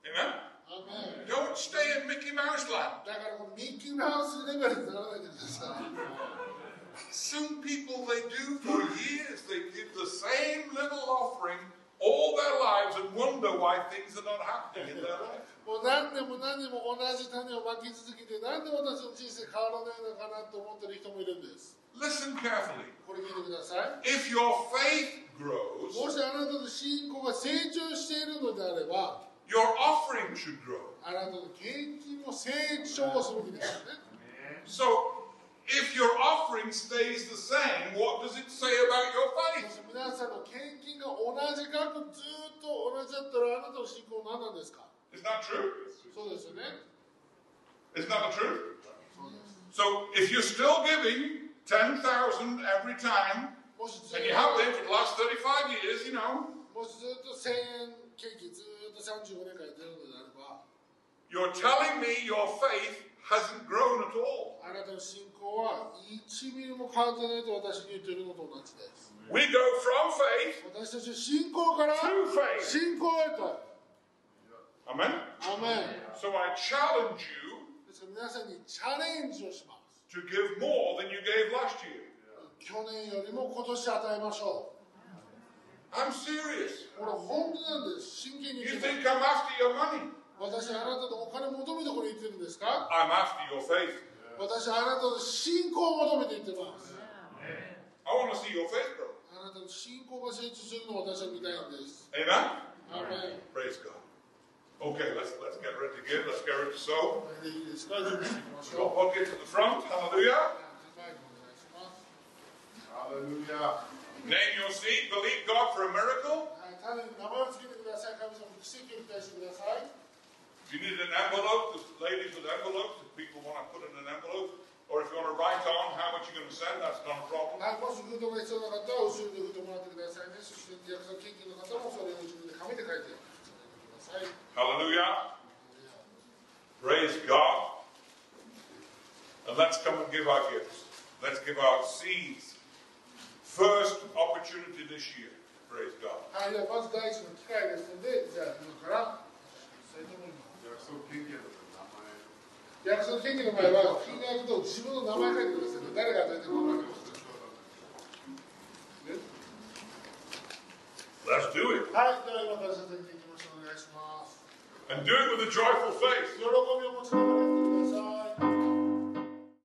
Amen?
アメン
Don't stay in Mickey Mouse land.
だからこのミッキーマウスレベルにならないでください。
Some people they do for years. They give the same little offering all their lives and wonder why things are not happening in their life.
もう何年も何年も同じ種をまき続けて、なんで私の人生変わらないのかなと思ってる人もいるんです。
Listen carefully.
これ聞いてください。
If your faith grows,
もしあなたの信仰が成長しているのであれば、
your offering should grow.
あなたの献金も成長するべきですよね。
So if your offering stays the same, what does it say about your
も
faith?
し皆さんの献金が同じ額ずっと同じだったらあなたの信仰は何なんですか
Isn't that true?
そうですよね。
Isn't that the truth?
そうです。
So if you're still giving ten thousand every time,
もしずっ
and you have
と
been for the last thirty-five years, you know,
もしずっと1000円献金ずっと35年間やってるのであれば、
You're telling me your faith hasn't grown at all.
あなたの信仰は1ミリも変わってないと私に言ってるのと同じです。
We go from faith
私たちは信仰から
to faith.
信仰へと。
Amen.
アメン。
So I challenge you
ですから皆さんにチャレンジをします。
to give more than you gave last year.
去年よりも今年与えましょ
I'm serious.
う。これ本当なんです。真剣に
You
言っ
think
てる
I'm after your money?
私はあなたのお金求めてこれ言ってるんですか
I'm after your faith.
私はあなたの信仰を求めて言ってます。
I want to see your faith grow.
あなたの信仰が成長するのを私は見たいんです。
Amen.
アメン。
Praise God. Okay, let's let's get ready to give. Let's get ready to sow.
これでいいですか準備していきまし
We've got
ょう。
pockets at the front. Hallelujah.
マイクお願いします。
Name your seed. Believe God for a miracle.
はい、ただに名前をつけてください。神様に奇跡を期待してください。
If you need an envelope, there's ladies with envelopes, if people want to put in an envelope, or if you want to write on how much you're going to send, that's not a problem.
はい、もし封筒が必要な方は後ろに封筒もらってくださいね。そして約束献金の方もそれを自分で紙で書いてください。
Hallelujah. Praise God. And let's come and give our gifts. Let's give our seeds. First opportunity this year. Praise God.
はい、ではまず第一の機会ですので、じゃあ今からしたいと思います。約束献金の場合は、気になると自分の名前書いてくださいね。誰が与えたか分かります。
Let's do it.
はい、では今から早速献金しましょう。お願いします。
And do it with a joyful face.
喜びを持ちながら。